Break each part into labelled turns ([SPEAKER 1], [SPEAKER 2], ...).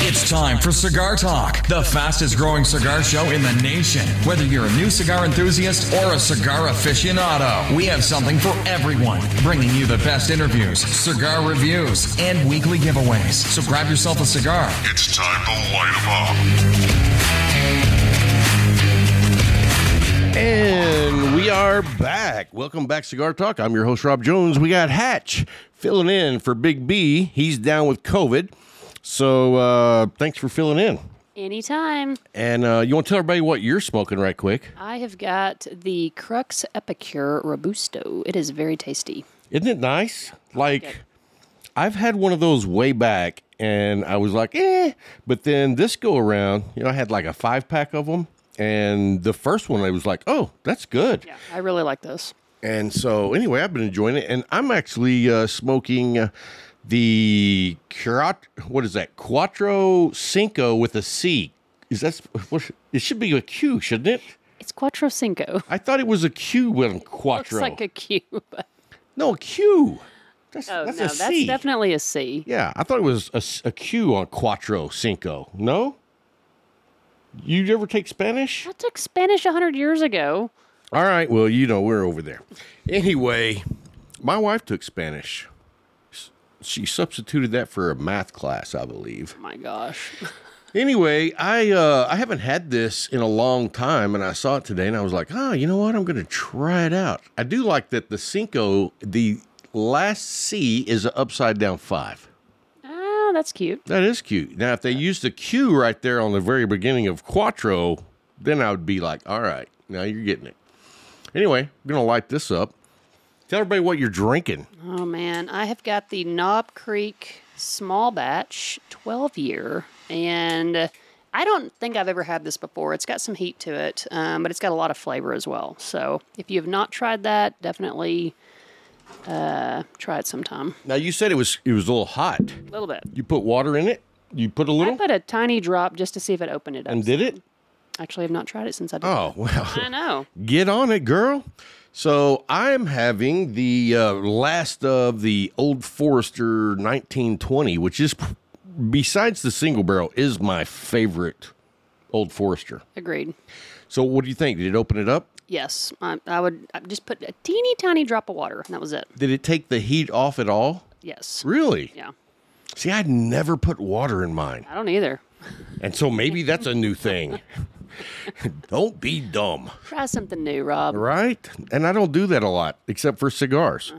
[SPEAKER 1] It's time for Cigar Talk, the fastest growing cigar show in the nation. Whether you're a new cigar enthusiast or a cigar aficionado, we have something for everyone, bringing you the best interviews, cigar reviews, and weekly giveaways. So grab yourself a cigar.
[SPEAKER 2] It's time to light 'em
[SPEAKER 3] And we are back. Welcome back, Cigar Talk. I'm your host, Rob Jones. We got Hatch filling in for Big B. He's down with COVID. So uh, thanks for filling in.
[SPEAKER 4] Anytime.
[SPEAKER 3] And uh, you want to tell everybody what you're smoking, right quick?
[SPEAKER 4] I have got the Crux Epicure Robusto. It is very tasty.
[SPEAKER 3] Isn't it nice? Like, I've had one of those way back, and I was like, eh. But then this go around, you know, I had like a five pack of them. And the first one, I was like, oh, that's good.
[SPEAKER 4] Yeah, I really like this.
[SPEAKER 3] And so, anyway, I've been enjoying it, and I'm actually uh, smoking uh, the Curat. What is that? Quattro Cinco with a C. Is that? what sh- It should be a Q, shouldn't it?
[SPEAKER 4] It's Quattro Cinco.
[SPEAKER 3] I thought it was a Q when
[SPEAKER 4] Looks
[SPEAKER 3] Quattro.
[SPEAKER 4] like a Q, but
[SPEAKER 3] no, a Q. That's,
[SPEAKER 4] oh
[SPEAKER 3] that's
[SPEAKER 4] no,
[SPEAKER 3] a
[SPEAKER 4] that's
[SPEAKER 3] C.
[SPEAKER 4] definitely a C.
[SPEAKER 3] yeah, I thought it was a, s- a Q on Quattro Cinco. No. You ever take Spanish?
[SPEAKER 4] I took Spanish a hundred years ago.
[SPEAKER 3] All right. Well, you know, we're over there. Anyway, my wife took Spanish. S- She substituted that for a math class, I believe.
[SPEAKER 4] Oh my gosh.
[SPEAKER 3] Anyway, I uh, I haven't had this in a long time, and I saw it today, and I was like, oh, you know what? I'm going to try it out. I do like that the cinco, the last C is an upside down five.
[SPEAKER 4] Ah, that's cute.
[SPEAKER 3] That is cute. Now, if they used the Q right there on the very beginning of Quattro, then I would be like, all right, now you're getting it. Anyway, I'm going to light this up. Tell everybody what you're drinking.
[SPEAKER 4] Oh man, I have got the Knob Creek small batch 12 year, and uh, I don't think I've ever had this before. It's got some heat to it, um, but it's got a lot of flavor as well. So if you have not tried that, definitely uh, try it sometime.
[SPEAKER 3] Now, you said it was it was a little hot.
[SPEAKER 4] A little bit.
[SPEAKER 3] You put water in it? You put a
[SPEAKER 4] I
[SPEAKER 3] little?
[SPEAKER 4] put a tiny drop just to see if it opened it up.
[SPEAKER 3] and did it?
[SPEAKER 4] Actually, I've not tried it since I did.
[SPEAKER 3] Oh, well.
[SPEAKER 4] I know.
[SPEAKER 3] Get on it, girl. So I'm having the uh, last of the Old Forester 1920, which is, p- besides the single barrel, is my favorite Old Forester.
[SPEAKER 4] Agreed.
[SPEAKER 3] So what do you think? Did it open it up?
[SPEAKER 4] Yes, I, I would I just put a teeny tiny drop of water, and that was it.
[SPEAKER 3] Did it take the heat off at all?
[SPEAKER 4] Yes.
[SPEAKER 3] Really?
[SPEAKER 4] Yeah.
[SPEAKER 3] See, I never put water in mine.
[SPEAKER 4] I don't either.
[SPEAKER 3] And so maybe that's a new thing. don't be dumb,
[SPEAKER 4] Try something new, Rob.
[SPEAKER 3] right? And I don't do that a lot except for cigars.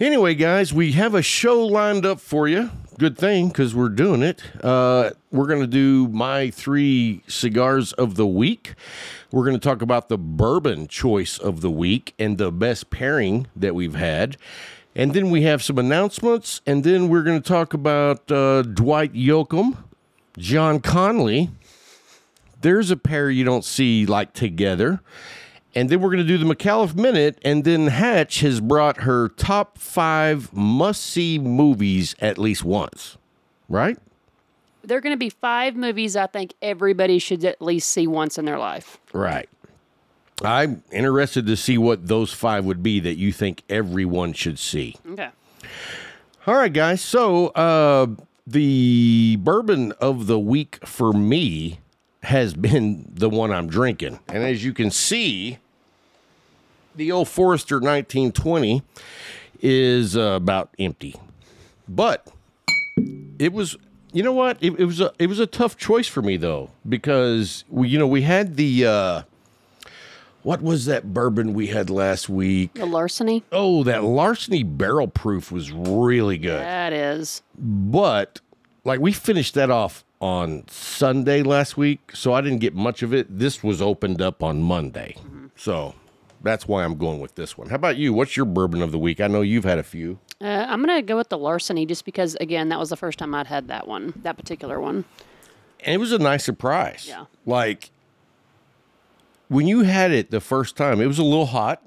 [SPEAKER 3] Anyway, guys, we have a show lined up for you. Good thing because we're doing it. Uh, we're going to do my three cigars of the week. We're going to talk about the bourbon choice of the week and the best pairing that we've had. And then we have some announcements. And then we're going to talk about uh, Dwight Yoakam, John Conley. There's a pair you don't see like together. And then we're going to do the McAuliffe Minute. And then Hatch has brought her top five must see movies at least once, right?
[SPEAKER 4] There are going to be five movies I think everybody should at least see once in their life.
[SPEAKER 3] Right. I'm interested to see what those five would be that you think everyone should see.
[SPEAKER 4] Okay.
[SPEAKER 3] All right, guys. So uh, the bourbon of the week for me has been the one I'm drinking, and as you can see, the old Forester 1920 is uh, about empty, but it was. You know what? It, it was a it was a tough choice for me though because we, you know we had the uh, what was that bourbon we had last week?
[SPEAKER 4] The larceny?
[SPEAKER 3] Oh, that larceny barrel proof was really good.
[SPEAKER 4] That is.
[SPEAKER 3] But like we finished that off on Sunday last week, so I didn't get much of it. This was opened up on Monday.
[SPEAKER 4] Mm-hmm.
[SPEAKER 3] So that's why I'm going with this one. How about you? What's your bourbon of the week? I know you've had a few.
[SPEAKER 4] Uh, I'm going to go with the larceny just because, again, that was the first time I'd had that one, that particular one.
[SPEAKER 3] And it was a nice surprise.
[SPEAKER 4] Yeah.
[SPEAKER 3] Like when you had it the first time, it was a little hot,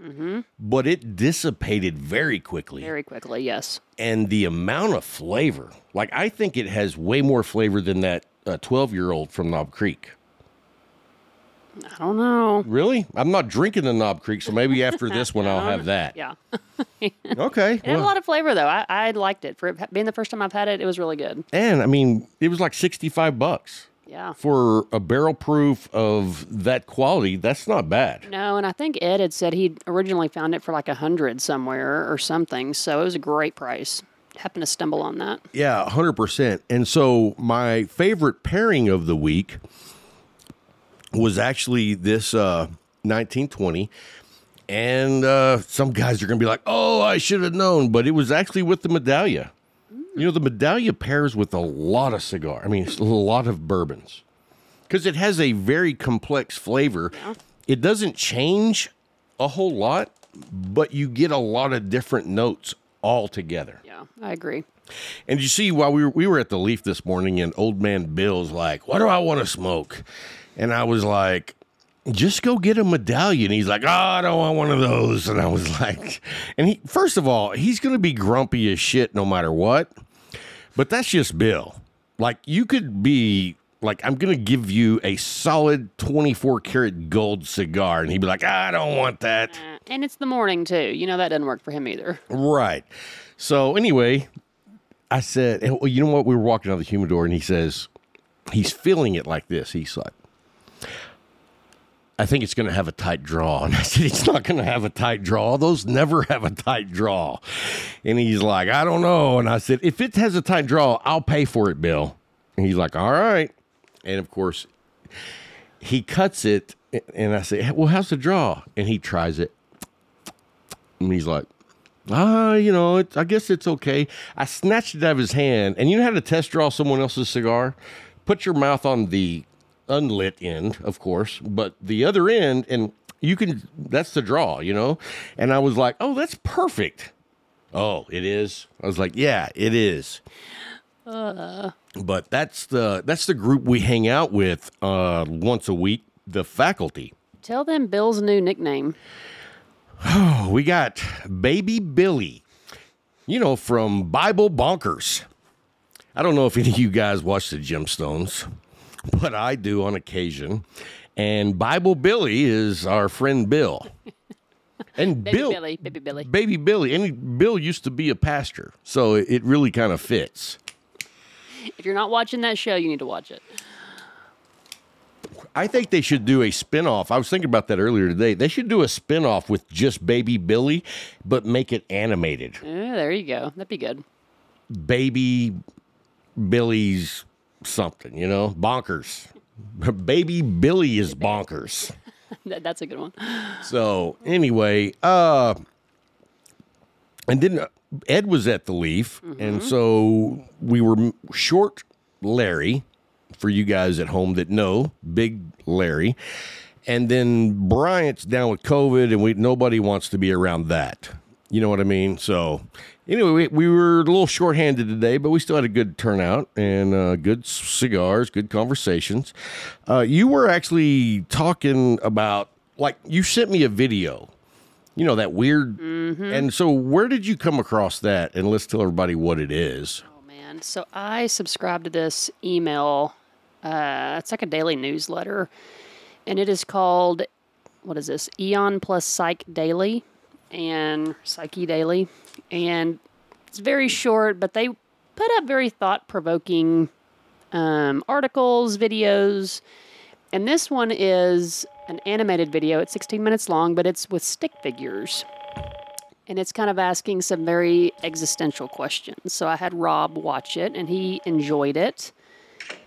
[SPEAKER 3] but it dissipated very quickly.
[SPEAKER 4] Mm-hmm. Very quickly, yes.
[SPEAKER 3] and the amount of flavor. Like I think uh, it has way more flavor than that twelve year old from Knob Creek.
[SPEAKER 4] I don't know.
[SPEAKER 3] Really? I'm not drinking the Knob Creek, so maybe after this one I'll have that.
[SPEAKER 4] Yeah.
[SPEAKER 3] Okay.
[SPEAKER 4] It had a
[SPEAKER 3] well-
[SPEAKER 4] lot of flavor though. I, I liked it for it being the first time I've had it. It was really good.
[SPEAKER 3] and I mean, it was like 65 bucks
[SPEAKER 4] Yeah.
[SPEAKER 3] for a barrel proof of that quality. That's not bad.
[SPEAKER 4] No, and I think Ed had said he'd originally found it for like a hundred somewhere or something. So it was a great price. Happened to stumble on that.
[SPEAKER 3] Yeah, 100%. And so my favorite pairing of the week was actually this uh, 1920. And uh, some guys are going to be like, oh, I should have known. But it was actually with the Medallia. You know, the Medallia pairs with a lot of cigar. I mean, it's a lot of bourbons because it has a very complex flavor. It doesn't change a whole lot, but you get a lot of different notes all together.
[SPEAKER 4] Yeah, I agree.
[SPEAKER 3] And you see, while we were, we were at the Leaf this morning, and old man Bill's like, What do I want to smoke? And I was like, Just go get a medallion. He's like, Oh, I don't want one of those. And I was like, And he, first of all, he's going to be grumpy as shit no matter what. But that's just Bill. Like, you could be like, I'm going to give you a solid 24 karat gold cigar. And he'd be like, I don't want that.
[SPEAKER 4] Uh, and it's the morning too. You know that doesn't work for him either.
[SPEAKER 3] Right. So anyway, I said, and, well, you know what? We were walking out of the humidor, and he says, he's feeling it like this. He's like, I think it's going to have a tight draw. And I said, it's not going to have a tight draw. Those never have a tight draw. And he's like, I don't know. And I said, if it has a tight draw, I'll pay for it, Bill. And he's like, all right. And of course, he cuts it. And I say, well, how's the draw? And he tries it. And he's like, ah, you know, it, I guess it's okay. I snatched it out of his hand, and you know how to test draw someone else's cigar? Put your mouth on the unlit end, of course, but the other end, and you can, that's the draw, you know? And I was like, oh, that's perfect. Oh, it is. I was like, yeah, it is. But that's the that's the group we hang out with uh, once a week, the faculty.
[SPEAKER 4] Tell them Bill's new nickname.
[SPEAKER 3] We got Baby Billy, you know, from Bible Bonkers. I don't know if any of you guys watch the Gemstones, but I do on occasion. And Bible Billy is our friend Bill. And
[SPEAKER 4] Baby
[SPEAKER 3] Bill,
[SPEAKER 4] Billy, baby Billy.
[SPEAKER 3] Baby Billy, and Bill used to be a pastor, so it really kind of fits.
[SPEAKER 4] If you're not watching that show, you need to watch it.
[SPEAKER 3] I think they should do a spinoff. I was thinking about that earlier today. They should do a spinoff with just Baby Billy, but make it animated.
[SPEAKER 4] Eh, there you go. That'd be good.
[SPEAKER 3] baby Billy's something, you know, bonkers. baby Billy is bonkers.
[SPEAKER 4] That, that's a good one.
[SPEAKER 3] So anyway, uh, and then uh, Ed was at the Leaf, and so we were m- short Larry for you guys at home that know big Larry, and then Bryant's down with COVID, and we nobody wants to be around that. You know what I mean? So anyway, we, we were a little shorthanded today, but we still had a good turnout and uh, good c- cigars, good conversations. Uh, you were actually talking about like you sent me a video you know that weird and so where did you come across that and let's tell everybody what it is
[SPEAKER 4] Oh man. So I subscribe to this email. Uh, it's like a daily newsletter, and it is called what is this? Eon plus Psych Daily, and Psyche Daily, and it's very short, but they put up very thought provoking um, articles, videos, and this one is an animated video. It's 16 minutes long, but it's with stick figures. and it's kind of asking some very existential questions. So I had Rob watch it, and he enjoyed it,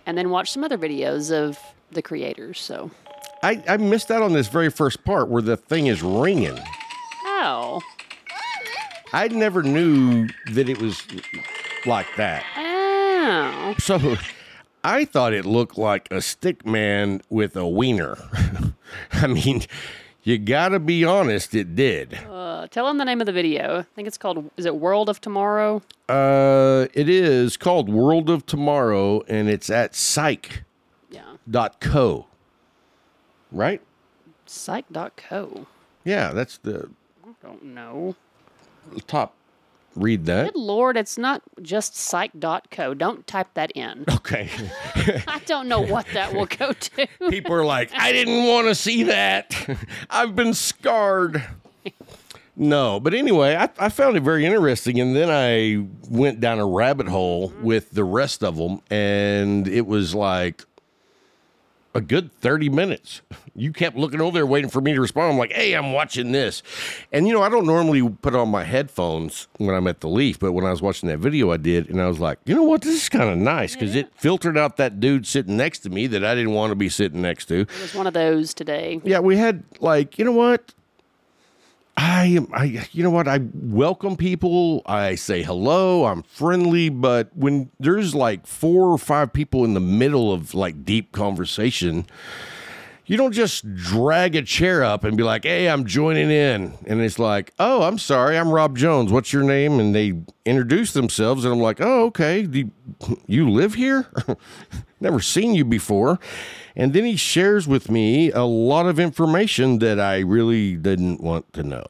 [SPEAKER 4] and then watched some other videos of the creators. So,
[SPEAKER 3] i, I missed out on this very first part where the thing is ringing
[SPEAKER 4] oh,
[SPEAKER 3] i never knew that it was like that
[SPEAKER 4] oh,
[SPEAKER 3] so i thought it looked like a stick man with a wiener i mean you gotta be honest it did
[SPEAKER 4] uh, tell him the name of the video. I think it's called. Is it World of Tomorrow?
[SPEAKER 3] uh, it is called world of tomorrow and it's at psych.co
[SPEAKER 4] Yeah,
[SPEAKER 3] right
[SPEAKER 4] Psych.co.
[SPEAKER 3] Yeah, that's the
[SPEAKER 4] I don't know.
[SPEAKER 3] top read that.
[SPEAKER 4] Good lord, it's not just psych.co. Don't type that in.
[SPEAKER 3] Okay.
[SPEAKER 4] I don't know what that will go to.
[SPEAKER 3] People are like, I didn't want to see that. I've been scarred. No, but anyway, I, I found it very interesting, and then I went down a rabbit hole with the rest of them, and it was like a good 30 minutes. You kept looking over there waiting for me to respond. I'm like, hey, I'm watching this. And, you know, I don't normally put on my headphones when I'm at the Leaf, but when I was watching that video, I did. And I was like, you know what? This is kind of nice because it filtered out that dude sitting next to me that I didn't want to be sitting next to.
[SPEAKER 4] It was one of those today.
[SPEAKER 3] Um, Yeah, we had, like, you know what? I am, I, you know what? I welcome people. I say hello. I'm friendly. But when there's like four or five people in the middle of like deep conversation, you don't just drag a chair up and be like, hey, I'm joining in. And it's like, oh, I'm sorry. I'm Rob Jones. What's your name? And they introduce themselves. And I'm like, oh, okay. Do you, you live here? Never seen you before. And then he shares with me a lot of information that I really didn't want to know.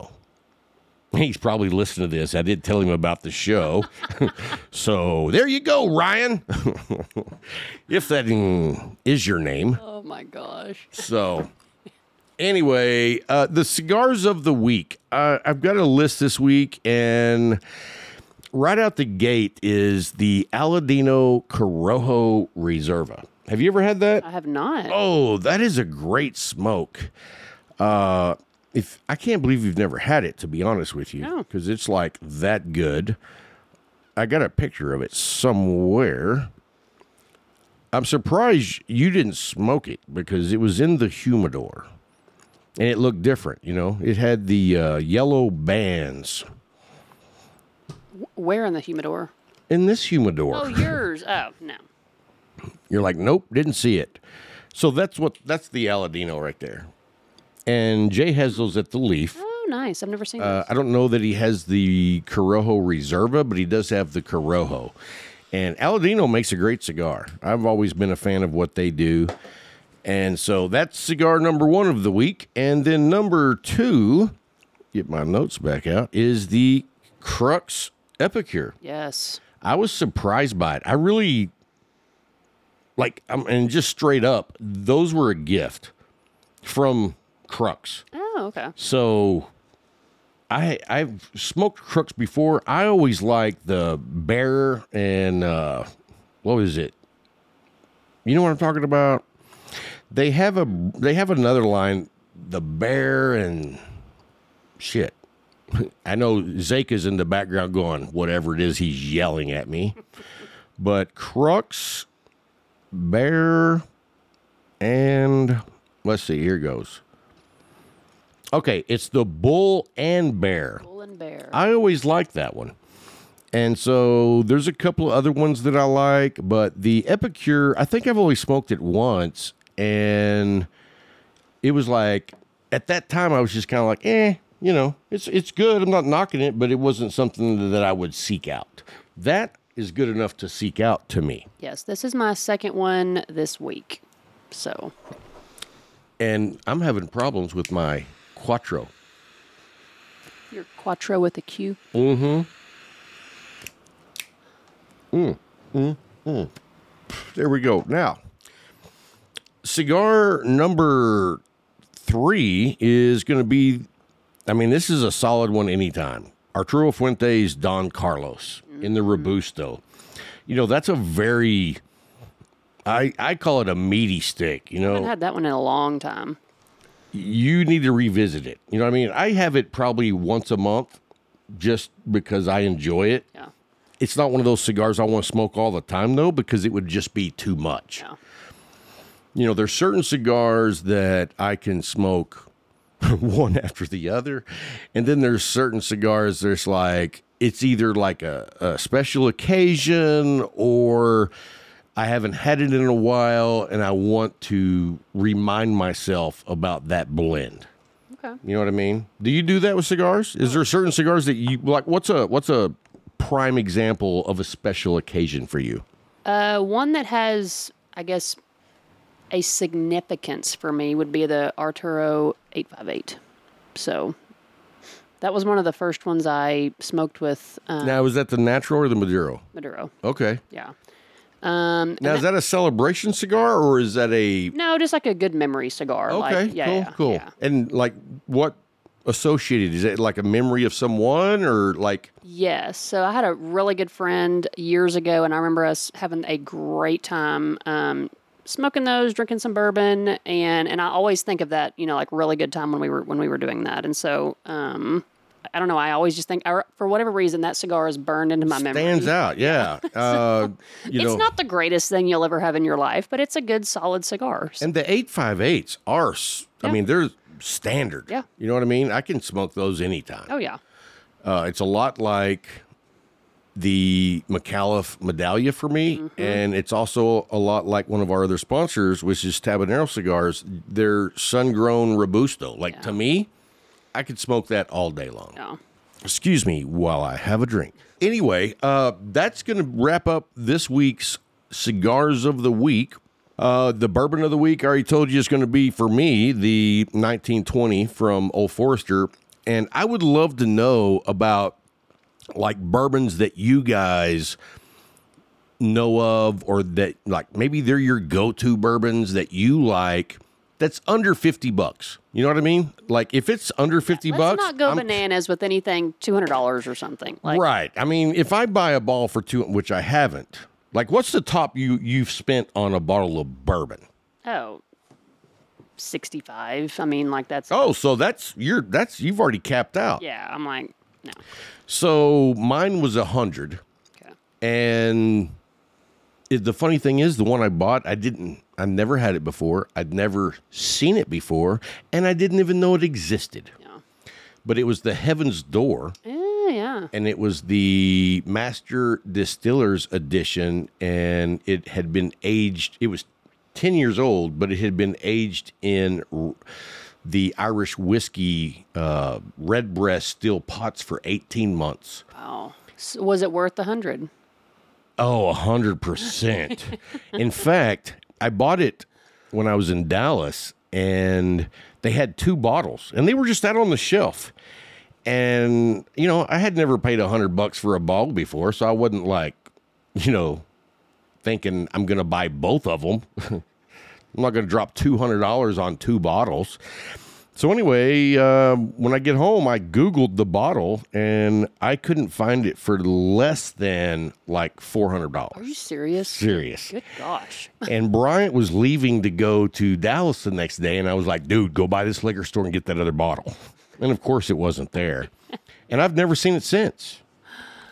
[SPEAKER 3] He's probably listening to this. I did tell him about the show. so there you go, Ryan. if that mm, is your name.
[SPEAKER 4] Oh my gosh.
[SPEAKER 3] So, anyway, uh, the cigars of the week. Uh, I've got a list this week, and right out the gate is the Aladino Corojo Reserva. Have you ever had that?
[SPEAKER 4] I have not.
[SPEAKER 3] Oh, that is a great smoke. Uh, if I can't believe you've never had it, to be honest with you,
[SPEAKER 4] No.
[SPEAKER 3] because it's like that good. I got a picture of it somewhere. I'm surprised you didn't smoke it because it was in the humidor, and it looked different. You know, it had the uh, yellow bands
[SPEAKER 4] Where in the humidor?
[SPEAKER 3] in this humidor.
[SPEAKER 4] Oh, yours. Oh, no.
[SPEAKER 3] You're like, nope, didn't see it. So that's what that's the Aladino right there. And Jay has those at the Leaf.
[SPEAKER 4] Oh, nice. I've never seen
[SPEAKER 3] Uh, I don't know that he has the Corojo Reserva, but he does have the Corojo. And Aladino makes a great cigar. I've always been a fan of what they do. And so that's cigar number one of the week. And then number two, get my notes back out, is the Crux Epicure.
[SPEAKER 4] Yes.
[SPEAKER 3] I was surprised by it. I really like, um, and just straight up, those were a gift from Crux.
[SPEAKER 4] Oh, okay.
[SPEAKER 3] So, I I've smoked Crux before. I always like the bear and uh, what was it? You know what I'm talking about? They have a they have another line, the bear and shit. I know Zake is in the background going, whatever it is, he's yelling at me. But Crux, Bear, and let's see, here goes. Okay, it's the Bull and Bear.
[SPEAKER 4] Bull and bear.
[SPEAKER 3] I always like that one. And so there's a couple of other ones that I like, but the Epicure, I think I've only smoked it once. And it was like, at that time, I was just kind of like, eh, you know, it's, it's good. I'm not knocking it, but it wasn't something that I would seek out. That is good enough to seek out to me.
[SPEAKER 4] yes, this is my second one this week. So,
[SPEAKER 3] And I'm having problems with my Quattro.
[SPEAKER 4] your quattro with a Q.
[SPEAKER 3] There we go. Now, cigar number three is going to be, I mean, this is a solid one anytime. Arturo Fuentes Don Carlos in
[SPEAKER 4] Mm-hmm.
[SPEAKER 3] the Robusto. You know, that's a very, I, I call it a meaty stick. You
[SPEAKER 4] I haven't
[SPEAKER 3] know,
[SPEAKER 4] had that one in a long time.
[SPEAKER 3] you need to revisit it. You know what I mean? I have it probably once a month just because I enjoy it.
[SPEAKER 4] Yeah.
[SPEAKER 3] It's not one of those cigars I want to smoke all the time, though, because it would just be too much.
[SPEAKER 4] Yeah.
[SPEAKER 3] you know, there's certain cigars that I can smoke one after the other. And then there's certain cigars there's like it's either like a, a special occasion or I haven't had it in a while and I want to remind myself about that blend.
[SPEAKER 4] Okay.
[SPEAKER 3] You know what I mean? Do you do that with cigars? Is there certain cigars that you like what's a what's a prime example of a special occasion for you?
[SPEAKER 4] Uh, one that has, I guess, a significance for me would be the Arturo 858. So That was one of the first ones I smoked with um,
[SPEAKER 3] Now, is that the natural or the Maduro?
[SPEAKER 4] Maduro.
[SPEAKER 3] Okay.
[SPEAKER 4] Yeah. Um,
[SPEAKER 3] Now, is that a celebration cigar or is that a.
[SPEAKER 4] no, just like a good memory cigar. like-
[SPEAKER 3] Okay,
[SPEAKER 4] yeah,
[SPEAKER 3] cool,
[SPEAKER 4] yeah,
[SPEAKER 3] cool.
[SPEAKER 4] yeah.
[SPEAKER 3] And like what associated? Is it like a memory of someone or like.
[SPEAKER 4] Yes. So I had a really good friend years ago, and I remember us having a great time um, smoking those, drinking some bourbon, and and I always think of that, you know, like really good time when we were when we were doing that. And so um, I don't know. I always just think, I, for whatever reason, that cigar is burned into my memory.
[SPEAKER 3] Stands out, yeah. Uh, you
[SPEAKER 4] It's
[SPEAKER 3] know,
[SPEAKER 4] not the greatest thing you'll ever have in your life, but it's a good, solid cigar. So-
[SPEAKER 3] And the 858s are, s I I mean, they're standard.
[SPEAKER 4] Yeah.
[SPEAKER 3] You know what I mean? I can smoke those anytime.
[SPEAKER 4] oh yeah.
[SPEAKER 3] Uh, it's a lot like the McAuliffe Medallia for me. And it's also a lot like one of our other sponsors, which is Tabanero Cigars. They're sun grown Robusto. Like to me, I could smoke that all day long.
[SPEAKER 4] No.
[SPEAKER 3] Excuse me while I have a drink. Anyway, uh, that's going to wrap up this week's cigars of the week. Uh, the bourbon of the week, I already told you, is going to be for me the 1920 from Old Forester. And I would love to know about like bourbons that you guys know of or that like maybe they're your go-to bourbons that you like that's under 50 bucks. You know what I mean? Like if it's under 50
[SPEAKER 4] Let's
[SPEAKER 3] bucks,
[SPEAKER 4] not go
[SPEAKER 3] I'm-
[SPEAKER 4] bananas with anything two hundred dollars or something. Like
[SPEAKER 3] right. I mean, if I buy a ball for two, which I haven't, like, what's the top you you've spent on a bottle of bourbon?
[SPEAKER 4] oh. 65. I mean, like that's.
[SPEAKER 3] Oh, so that's you're that's you've already capped out.
[SPEAKER 4] Yeah, I'm like, no.
[SPEAKER 3] So mine was a hundred,
[SPEAKER 4] Okay.
[SPEAKER 3] and it, the funny thing is, the one I bought, I didn't, I never had it before, I'd never seen it before, and I didn't even know it existed.
[SPEAKER 4] Yeah.
[SPEAKER 3] But it was the Heaven's Door.
[SPEAKER 4] Eh, yeah.
[SPEAKER 3] and it was the Master Distillers edition, and it had been aged. It was ten years old, but it had been aged in r- the Irish whiskey uh, redbreast steel pots for eighteen months.
[SPEAKER 4] Wow. S was it worth the hundred?
[SPEAKER 3] Oh, hundred percent. In fact, I bought it when I was in Dallas, and they had two bottles, and they were just out on the shelf. And you know, I had never paid a hundred bucks for a bottle before, so I wasn't like, you know, thinking I'm going to buy both of them. I'm not going to drop two hundred dollars on two bottles. So anyway, uh, when I get home, I googled the bottle and I couldn't find it for less than like four hundred
[SPEAKER 4] Are
[SPEAKER 3] dollars.
[SPEAKER 4] you serious?
[SPEAKER 3] Serious.
[SPEAKER 4] Good gosh.
[SPEAKER 3] And Bryant was leaving to go to Dallas the next day, and I was like, "Dude, go by this liquor store and get that other bottle." And of course, it wasn't there. And I've never seen it since.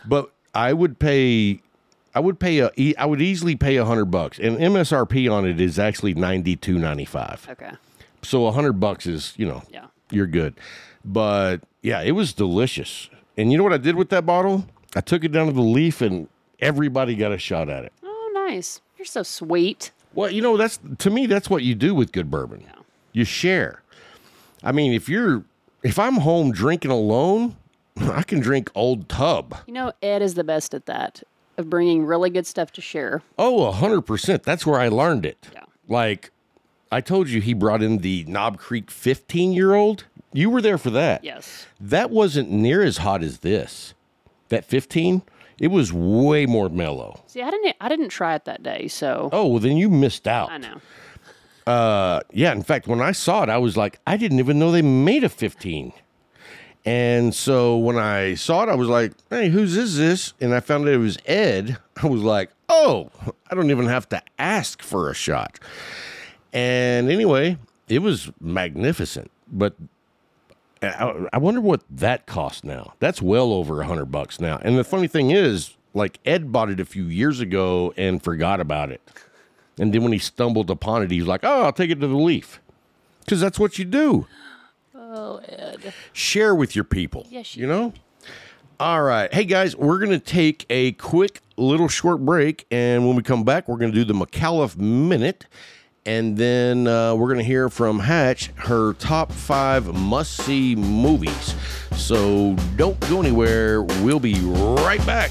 [SPEAKER 3] But I would pay. I would pay a. e- I would easily pay a hundred bucks, and MSRP on it is actually ninety two ninety five
[SPEAKER 4] Okay.
[SPEAKER 3] so a hundred bucks is you know
[SPEAKER 4] Yeah.
[SPEAKER 3] you're good but yeah it was delicious and you know what i did with that bottle i took it down to the leaf and everybody got a shot at it
[SPEAKER 4] Oh, nice. You're so sweet.
[SPEAKER 3] well you know that's to me that's what you do with good bourbon you share i mean if you're if i'm home drinking alone i can drink old tub
[SPEAKER 4] You know, Ed is the best at that of bringing really good stuff to share.
[SPEAKER 3] Oh, a hundred percent. That's where I learned it.
[SPEAKER 4] Yeah.
[SPEAKER 3] Like I told you, he brought in the Knob Creek 15 year old. You were there for that.
[SPEAKER 4] Yes.
[SPEAKER 3] That wasn't near as hot as this. That 15, it was way more mellow.
[SPEAKER 4] See, I didn't. I didn't try it that day, so
[SPEAKER 3] Oh, well, then you missed out.
[SPEAKER 4] I know.
[SPEAKER 3] Uh, yeah. In fact, when I saw it, I was like, I didn't even know they made a 15. And so when I saw it, I was like, hey, whose is this? And I found out it was Ed. I was like, oh, I don't even have to ask for a shot. And anyway, it was magnificent. But uh, I, I wonder what that cost now. That's well over a hundred bucks now. And the funny thing is, like Ed bought it a few years ago and forgot about it. And then when he stumbled upon it, he's like, "Oh, I'll take it to the leaf," because that's what you do.
[SPEAKER 4] Oh, Ed.
[SPEAKER 3] Share with your people.
[SPEAKER 4] Yes,
[SPEAKER 3] you know. All right, hey guys, we're gonna take a quick little short break, and when we come back, we're gonna do the McAuliffe minute, and then uh, we're gonna hear from Hatch her top five must see movies. So don't go anywhere. We'll be right back.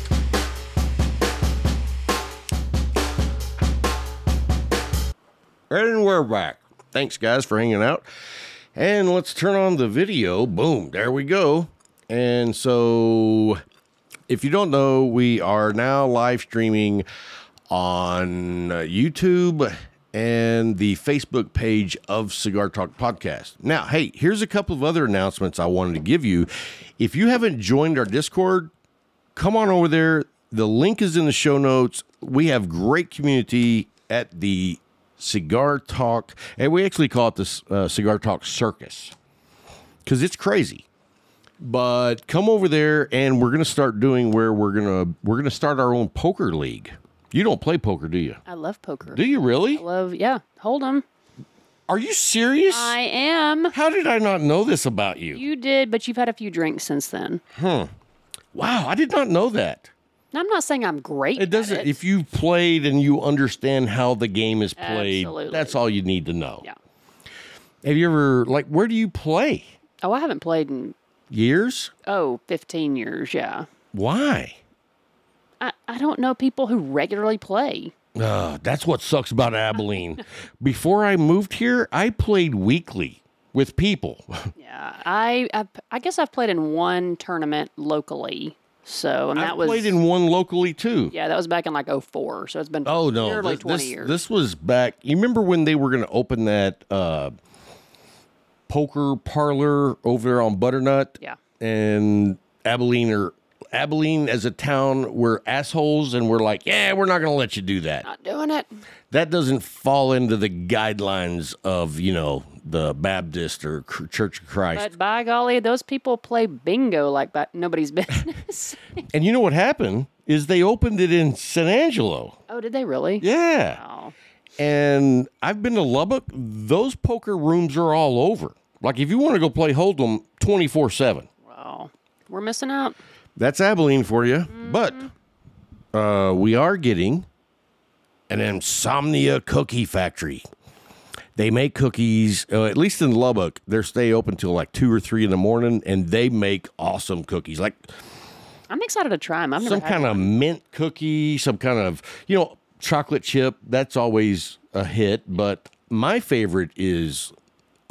[SPEAKER 3] And we're back. Thanks, guys, for hanging out. And let's turn on the video. Boom, there we go. And so, if you don't know, we are now live streaming on uh, YouTube and the Facebook page of Cigar Talk Podcast. Now, hey, here's a couple of other announcements I wanted to give you. If you haven't joined our Discord, come on over there. The link is in the show notes. We have great community at the Cigar Talk, and we actually call it the uh, Cigar Talk Circus because it's crazy. But come over there, and we're gonna start doing where we're gonna we're gonna start our own poker league. You don't play poker, do you?
[SPEAKER 4] I love poker.
[SPEAKER 3] Do you really?
[SPEAKER 4] Love, yeah. Hold 'em.
[SPEAKER 3] Are you serious?
[SPEAKER 4] I am.
[SPEAKER 3] How did I not know this about you?
[SPEAKER 4] You did, but you've had a few drinks since then.
[SPEAKER 3] Wow, I did not know that.
[SPEAKER 4] Now, I'm not saying I'm great.
[SPEAKER 3] It doesn't.
[SPEAKER 4] At it.
[SPEAKER 3] If you played and you understand how the game is played,
[SPEAKER 4] Absolutely.
[SPEAKER 3] that's all you need to know.
[SPEAKER 4] Yeah.
[SPEAKER 3] Have you ever like where do you play?
[SPEAKER 4] Oh, I haven't played in
[SPEAKER 3] Years?
[SPEAKER 4] oh 15 years. Yeah.
[SPEAKER 3] Why?
[SPEAKER 4] I, I don't know people who regularly play.
[SPEAKER 3] Uh, that's what sucks about Abilene. Before I moved here, I played weekly with people.
[SPEAKER 4] Yeah, I I, I guess I've played in one tournament locally. So and that
[SPEAKER 3] I
[SPEAKER 4] was
[SPEAKER 3] played in one locally too.
[SPEAKER 4] yeah that was back in like 04. So it's been
[SPEAKER 3] Oh no!
[SPEAKER 4] nearly
[SPEAKER 3] this,
[SPEAKER 4] 20
[SPEAKER 3] this-
[SPEAKER 4] years.
[SPEAKER 3] this was back. You remember when they were going to open that uh, poker parlor over there on Butternut?
[SPEAKER 4] Yeah.
[SPEAKER 3] And Abilene or Abilene as a town were assholes, and we're like, yeah, we're not going to let you do that.
[SPEAKER 4] Not doing it.
[SPEAKER 3] That doesn't fall into the guidelines of you know the Baptist or Cr- Church of Christ.
[SPEAKER 4] But by golly, those people play bingo like but nobody's business.
[SPEAKER 3] and you know what happened is they opened it in San Angelo.
[SPEAKER 4] oh, did they really?
[SPEAKER 3] Yeah.
[SPEAKER 4] Oh,
[SPEAKER 3] and I've been to Lubbock. Those poker rooms are all over. Like if you want to go play hold'em 24/7.
[SPEAKER 4] well, we're missing out.
[SPEAKER 3] That's Abilene for you. But uh, we are getting an Insomnia Cookie Factory. They make cookies, uh, at least in Lubbock, they stay open till like two or three in the morning, and they make awesome cookies. Like
[SPEAKER 4] I'm excited to try them. I've never
[SPEAKER 3] some
[SPEAKER 4] had
[SPEAKER 3] kind of mint cookie, some kind of you know chocolate chip. That's always a hit. But my favorite is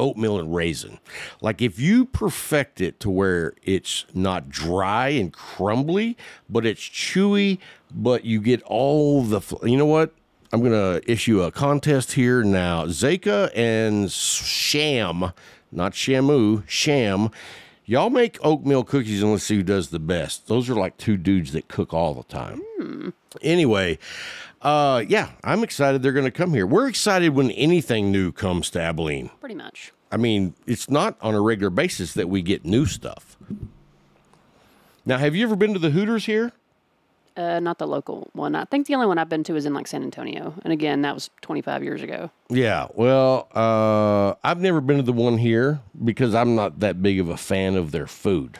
[SPEAKER 3] oatmeal and raisin. Like if you perfect it to where it's not dry and crumbly, but it's chewy, but you get all the. fl- You know what? I'm gonna issue a contest here now. Zeka and Sham, not Shamu, Sham. Y'all make oatmeal cookies and let's see who does the best. Those are like two dudes that cook all the time. Anyway, uh, yeah, I'm excited they're going to come here. We're excited when anything new comes to Abilene.
[SPEAKER 4] pretty much.
[SPEAKER 3] I mean, it's not on a regular basis that we get new stuff. Now, have you ever been to the Hooters here?
[SPEAKER 4] Uh, not the local one. I think the only one I've been to is in like San Antonio, and again, that was 25 years ago.
[SPEAKER 3] Yeah, well, uh, I've never been to the one here because I'm not that big of a fan of their food.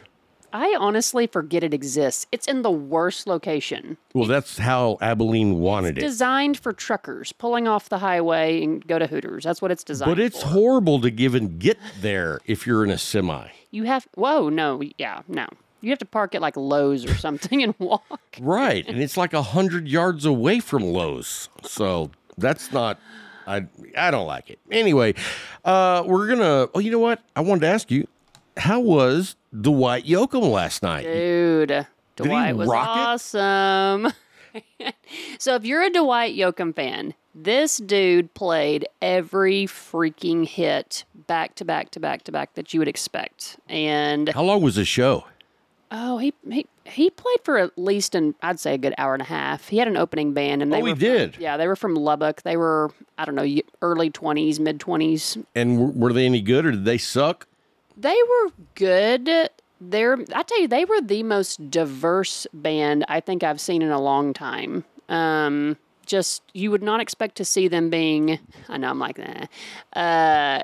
[SPEAKER 4] I honestly forget it exists. It's in the worst location.
[SPEAKER 3] Well, that's how Abilene wanted it.
[SPEAKER 4] Designed for truckers pulling off the highway and go to Hooters. That's what it's designed
[SPEAKER 3] But it's
[SPEAKER 4] for.
[SPEAKER 3] horrible to even get there if you're in a semi.
[SPEAKER 4] You have whoa, no, yeah, no. You have to park at like Lowe's or something and walk.
[SPEAKER 3] Right, and it's like a hundred yards away from Lowe's, so that's not. I I don't like it. Anyway, uh, we're gonna. Oh, you know what? I wanted to ask you, how was Dwight Yoakam last night?
[SPEAKER 4] Dude,
[SPEAKER 3] he
[SPEAKER 4] Dwight was
[SPEAKER 3] rock it?
[SPEAKER 4] awesome. so if you're a Dwight Yoakam fan, this dude played every freaking hit back to back to back to back that you would expect. And
[SPEAKER 3] How long was the show?
[SPEAKER 4] oh, he he, he played for at least an I'd say a good hour and a half. He had an opening band and they
[SPEAKER 3] oh,
[SPEAKER 4] were
[SPEAKER 3] he
[SPEAKER 4] from-
[SPEAKER 3] did.
[SPEAKER 4] yeah, they were from Lubbock. They were I don't know, y- early 20s, mid 20s.
[SPEAKER 3] And w- were they any good or did they suck?
[SPEAKER 4] They were good. They're I tell you, they were the most diverse band I think I've seen in a long time. Um, just you would not expect to see them being. I know I'm like that. Uh,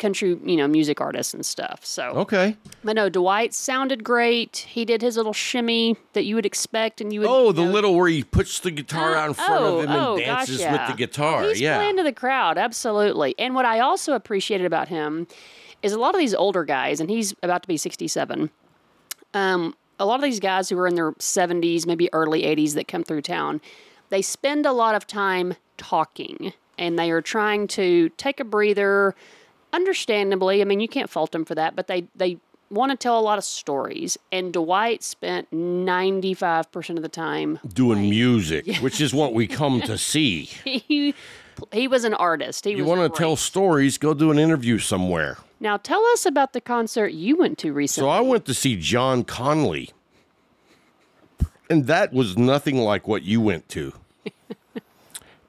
[SPEAKER 4] country, you know, music artists and stuff. So
[SPEAKER 3] Okay.
[SPEAKER 4] but no, Dwight sounded great. He did his little shimmy that you would expect, and you would.
[SPEAKER 3] Oh, the
[SPEAKER 4] you know,
[SPEAKER 3] little where he puts the guitar out in front
[SPEAKER 4] oh,
[SPEAKER 3] of him and
[SPEAKER 4] oh, gosh,
[SPEAKER 3] dances
[SPEAKER 4] yeah.
[SPEAKER 3] with the guitar.
[SPEAKER 4] He's
[SPEAKER 3] yeah.
[SPEAKER 4] playing to the crowd, absolutely. And what I also appreciated about him is a lot of these older guys, and he's about to be 67. Um, a lot of these guys who are in their 70s, maybe early 80s, that come through town, they spend a lot of time talking, and they are trying to take a breather. Understandably, I mean, you can't fault them for that, but they they want to tell a lot of stories, and Dwight spent 95% of the time.
[SPEAKER 3] Doing music, which is what we come to see.
[SPEAKER 4] He, he was an artist. He
[SPEAKER 3] You
[SPEAKER 4] was
[SPEAKER 3] want
[SPEAKER 4] great.
[SPEAKER 3] to tell stories, go do an interview somewhere.
[SPEAKER 4] Now, tell us about the concert you went to recently.
[SPEAKER 3] So I went to see John Conley, and that was nothing like what you went to.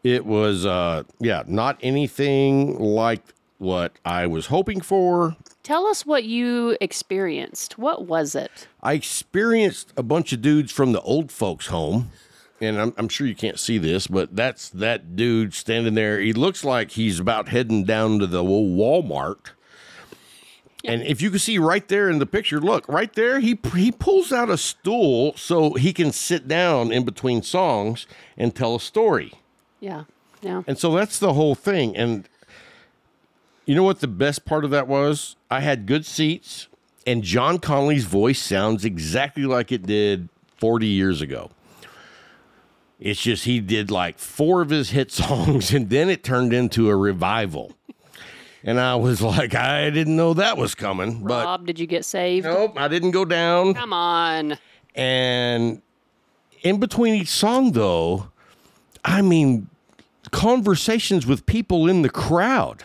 [SPEAKER 3] it was, uh, yeah, not anything like what I was hoping for.
[SPEAKER 4] Tell us what you experienced. What was it?
[SPEAKER 3] I experienced a bunch of dudes from the old folks' home, and I'm, I'm sure you can't see this, but that's that dude standing there. He looks like he's about heading down to the old Walmart. And if you can see right there in the picture, look right there, he he pulls out a stool so he can sit down in between songs and tell a story.
[SPEAKER 4] Yeah. Yeah.
[SPEAKER 3] And so that's the whole thing. And you know what the best part of that was? I had good seats, and John Conley's voice sounds exactly like it did 40 years ago. It's just he did like four of his hit songs, and then it turned into a revival. And I was like, I didn't know that was coming, but
[SPEAKER 4] Bob, did you get saved?
[SPEAKER 3] nope, I didn't go down.
[SPEAKER 4] Come on.
[SPEAKER 3] And in between each song, though, I mean, conversations with people in the crowd.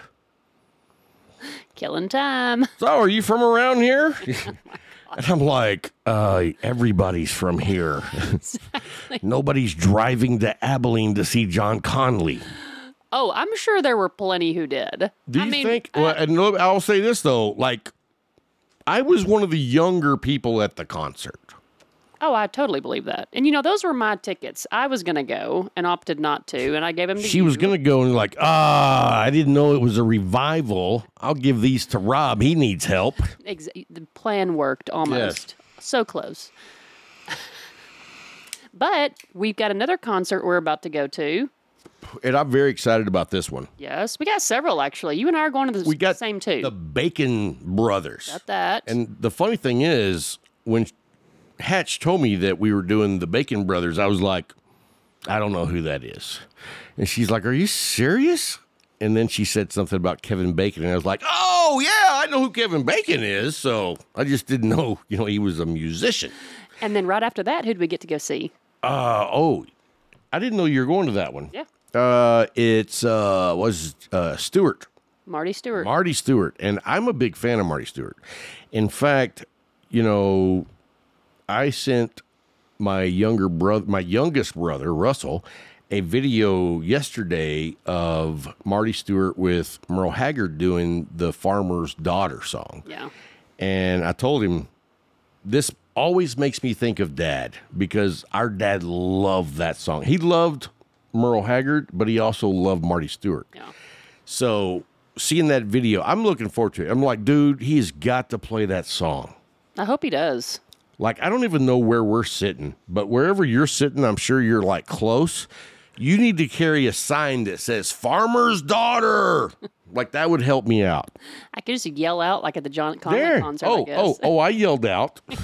[SPEAKER 4] Killing time.
[SPEAKER 3] So, are you from around here? and I'm like, uh, everybody's from here. Nobody's driving to Abilene to see John Conley.
[SPEAKER 4] Oh, I'm sure there were plenty who did.
[SPEAKER 3] Do
[SPEAKER 4] I
[SPEAKER 3] you
[SPEAKER 4] mean,
[SPEAKER 3] think? well, and look, I'll say this though, like, I was one of the younger people at the concert.
[SPEAKER 4] Oh, I totally believe that. And you know, those were my tickets. I was gonna go and opted not to, and I gave them to
[SPEAKER 3] She
[SPEAKER 4] you.
[SPEAKER 3] was gonna go and like, ah, I didn't know it was a revival. I'll give these to Rob. He needs help.
[SPEAKER 4] Ex- the plan worked almost. So close. but we've got another concert we're about to go to.
[SPEAKER 3] And I'm very excited about this one.
[SPEAKER 4] Yes, we got several actually. You and I are going to the
[SPEAKER 3] We got
[SPEAKER 4] same two.
[SPEAKER 3] the Bacon Brothers.
[SPEAKER 4] got that.
[SPEAKER 3] And the funny thing is, when Hatch told me that we were doing the Bacon Brothers, I was like, I don't know who that is. And she's like, Are you serious? And then she said something about Kevin Bacon, and I was like, Oh yeah, I know who Kevin Bacon is. So I just didn't know, you know, he was a musician.
[SPEAKER 4] and then right after that, who'd we get to go see?
[SPEAKER 3] Uh oh, I didn't know you were going to that one.
[SPEAKER 4] Yeah.
[SPEAKER 3] Uh, it's uh was uh Stewart.
[SPEAKER 4] Marty Stewart.
[SPEAKER 3] Marty Stewart, and I'm a big fan of Marty Stewart. In fact, you know, I sent my younger brother, my youngest brother Russell, a video yesterday of Marty Stewart with Merle Haggard doing the Farmer's Daughter song,
[SPEAKER 4] yeah.
[SPEAKER 3] and I told him this always makes me think of Dad because our dad loved that song. He loved Merle Haggard, but he also loved Marty Stewart.
[SPEAKER 4] Yeah.
[SPEAKER 3] So seeing that video, I'm looking forward to it. I'm like, dude, he's got to play that song.
[SPEAKER 4] I hope he does.
[SPEAKER 3] Like, I don't even know where we're sitting, but wherever you're sitting, I'm sure you're like close. You need to carry a sign that says "Farmer's Daughter." like that would help me out.
[SPEAKER 4] I could just yell out like at the John Conley
[SPEAKER 3] There.
[SPEAKER 4] concert. I
[SPEAKER 3] Oh,
[SPEAKER 4] guess.
[SPEAKER 3] oh, oh! I yelled out.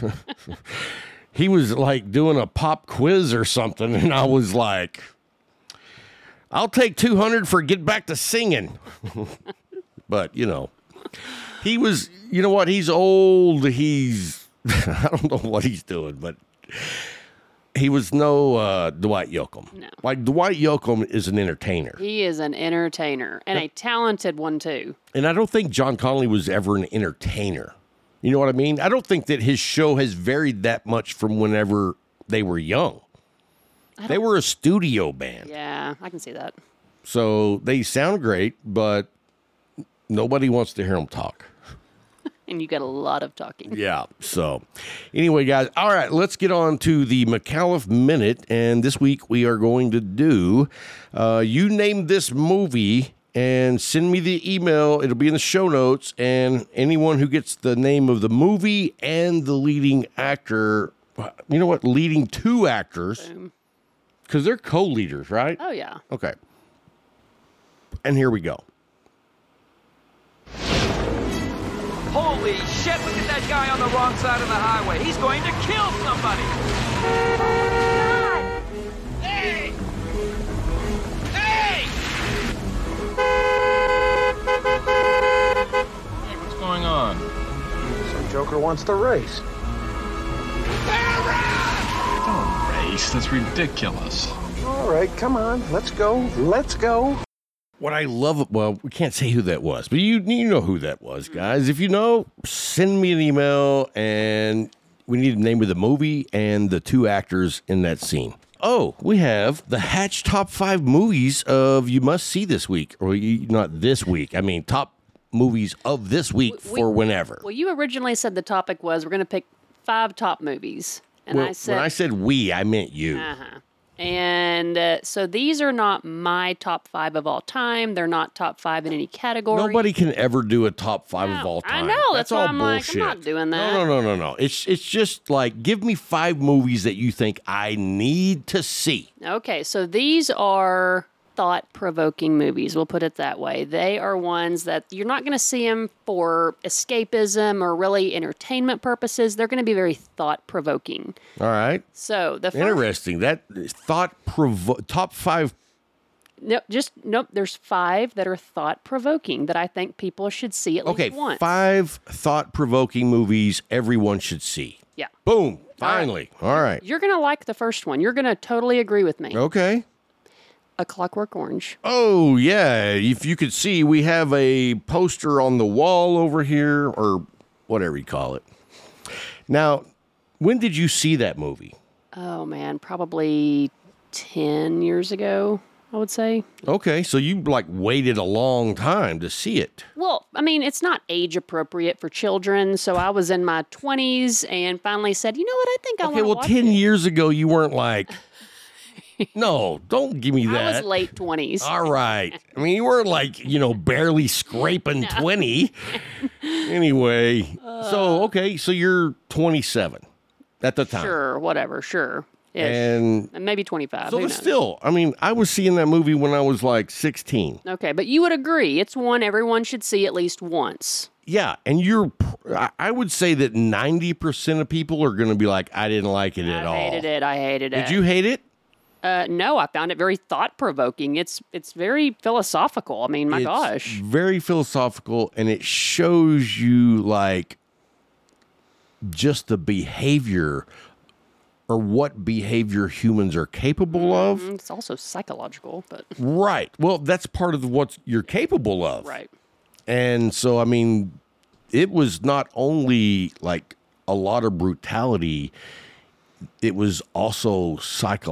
[SPEAKER 3] he was like doing a pop quiz or something, and I was like, "I'll take two hundred for get back to singing." but you know, he was. You know what? He's old. He's. I don't know what he's doing, but he was no uh, Dwight Yoakam.
[SPEAKER 4] No.
[SPEAKER 3] Like Dwight Yoakam is an entertainer,
[SPEAKER 4] He is an entertainer and a talented one too.
[SPEAKER 3] and I don't think John Conley was ever an entertainer. You know what I mean? I don't think that his show has varied that much from whenever they were young. They were a studio band,
[SPEAKER 4] Yeah, I can see that.
[SPEAKER 3] so they sound great, but nobody wants to hear them talk.
[SPEAKER 4] And you got a lot of talking.
[SPEAKER 3] Yeah. So, anyway, guys, all right, let's get on to the McAuliffe Minute. And this week we are going to do uh, you name this movie and send me the email. It'll be in the show notes. And anyone who gets the name of the movie and the leading actor, you know what? Leading two actors, because they're co leaders, right?
[SPEAKER 4] Oh yeah.
[SPEAKER 3] Okay. And here we go.
[SPEAKER 5] Holy shit, look at that guy on the wrong side of the highway. He's going to kill somebody. Hey! Hey!
[SPEAKER 6] Hey, what's going on?
[SPEAKER 7] Some joke
[SPEAKER 6] smoker wants to race.
[SPEAKER 7] Don't race. That's ridiculous.
[SPEAKER 6] All right, come on, let's go, let's go.
[SPEAKER 3] What I love, well, we can't say who that was, but you you know who that was,
[SPEAKER 4] Mm-hmm.
[SPEAKER 3] guys. If you know, send me an email, and we need the name of the movie and the two actors in that scene. Oh, we have the Hatch top five movies of you must see this week, or you, not this week. I mean, top movies of this week
[SPEAKER 4] We-
[SPEAKER 3] for whenever.
[SPEAKER 4] Well, you originally said the topic was we're going to pick five top movies, and
[SPEAKER 3] Well,
[SPEAKER 4] I said,
[SPEAKER 3] when I said we, I meant you.
[SPEAKER 4] uh-huh. and uh, so these are not my top five of all time. They're not top five in any category.
[SPEAKER 3] Nobody can ever do a top five of
[SPEAKER 4] No,
[SPEAKER 3] all
[SPEAKER 4] I
[SPEAKER 3] time.
[SPEAKER 4] know, that's
[SPEAKER 3] all
[SPEAKER 4] why I'm like, I'm
[SPEAKER 3] bullshit.
[SPEAKER 4] not doing that.
[SPEAKER 3] No, no, no, no, no. It's it's just like give me five movies that you think I need to see.
[SPEAKER 4] Okay, so these are thought provoking movies, we'll put it that way. They are ones that you're not going to see them for escapism or really entertainment purposes. They're going to be very thought provoking.
[SPEAKER 3] All right,
[SPEAKER 4] So the first,
[SPEAKER 3] interesting. That thought provo- top five.
[SPEAKER 4] no, just nope. There's five that are thought provoking that I think people should see at
[SPEAKER 3] Okay,
[SPEAKER 4] least once.
[SPEAKER 3] five thought provoking movies everyone should see.
[SPEAKER 4] Yeah,
[SPEAKER 3] Boom! Finally, all right.
[SPEAKER 4] you're gonna like the first one. You're gonna totally agree with me.
[SPEAKER 3] Okay.
[SPEAKER 4] A Clockwork Orange.
[SPEAKER 3] Oh yeah! If you could see, we have a poster on the wall over here, or whatever you call it. Now, when did you see that movie?
[SPEAKER 4] Oh man, probably ten years ago, I would say.
[SPEAKER 3] Okay, so you like waited a long time to see it.
[SPEAKER 4] Well, I mean, it's not age appropriate for children, so I was in my 20s and finally said, you know what, I think I
[SPEAKER 3] Okay, well,
[SPEAKER 4] want to
[SPEAKER 3] ten years ago, you weren't like, no, don't give me that.
[SPEAKER 4] I was late 20s.
[SPEAKER 3] All right. I mean, you weren't like you know barely scraping twenty. Anyway,
[SPEAKER 4] Uh.
[SPEAKER 3] so okay, so you're 27 at the time,
[SPEAKER 4] Sure, whatever, sure. Ish.
[SPEAKER 3] and
[SPEAKER 4] And maybe 25.
[SPEAKER 3] so
[SPEAKER 4] who
[SPEAKER 3] it's
[SPEAKER 4] knows?
[SPEAKER 3] still. I mean, I was seeing that movie when I was like 16.
[SPEAKER 4] Okay, but you would agree it's one everyone should see at least once.
[SPEAKER 3] Yeah, and you're. pr- I- I would say that 90 percent of people are going to be like, I didn't like it at
[SPEAKER 4] I
[SPEAKER 3] all.
[SPEAKER 4] hated it. I hated it.
[SPEAKER 3] Did you hate it?
[SPEAKER 4] Uh, no, I found it very thought provoking. It's it's very philosophical. I mean, my
[SPEAKER 3] it's
[SPEAKER 4] gosh.
[SPEAKER 3] very philosophical and it shows you like just the behavior or what behavior humans are capable of
[SPEAKER 4] It's also psychological, but
[SPEAKER 3] right well that's part of what you're capable of
[SPEAKER 4] right.
[SPEAKER 3] and so i mean it was not only like a lot of brutality it was also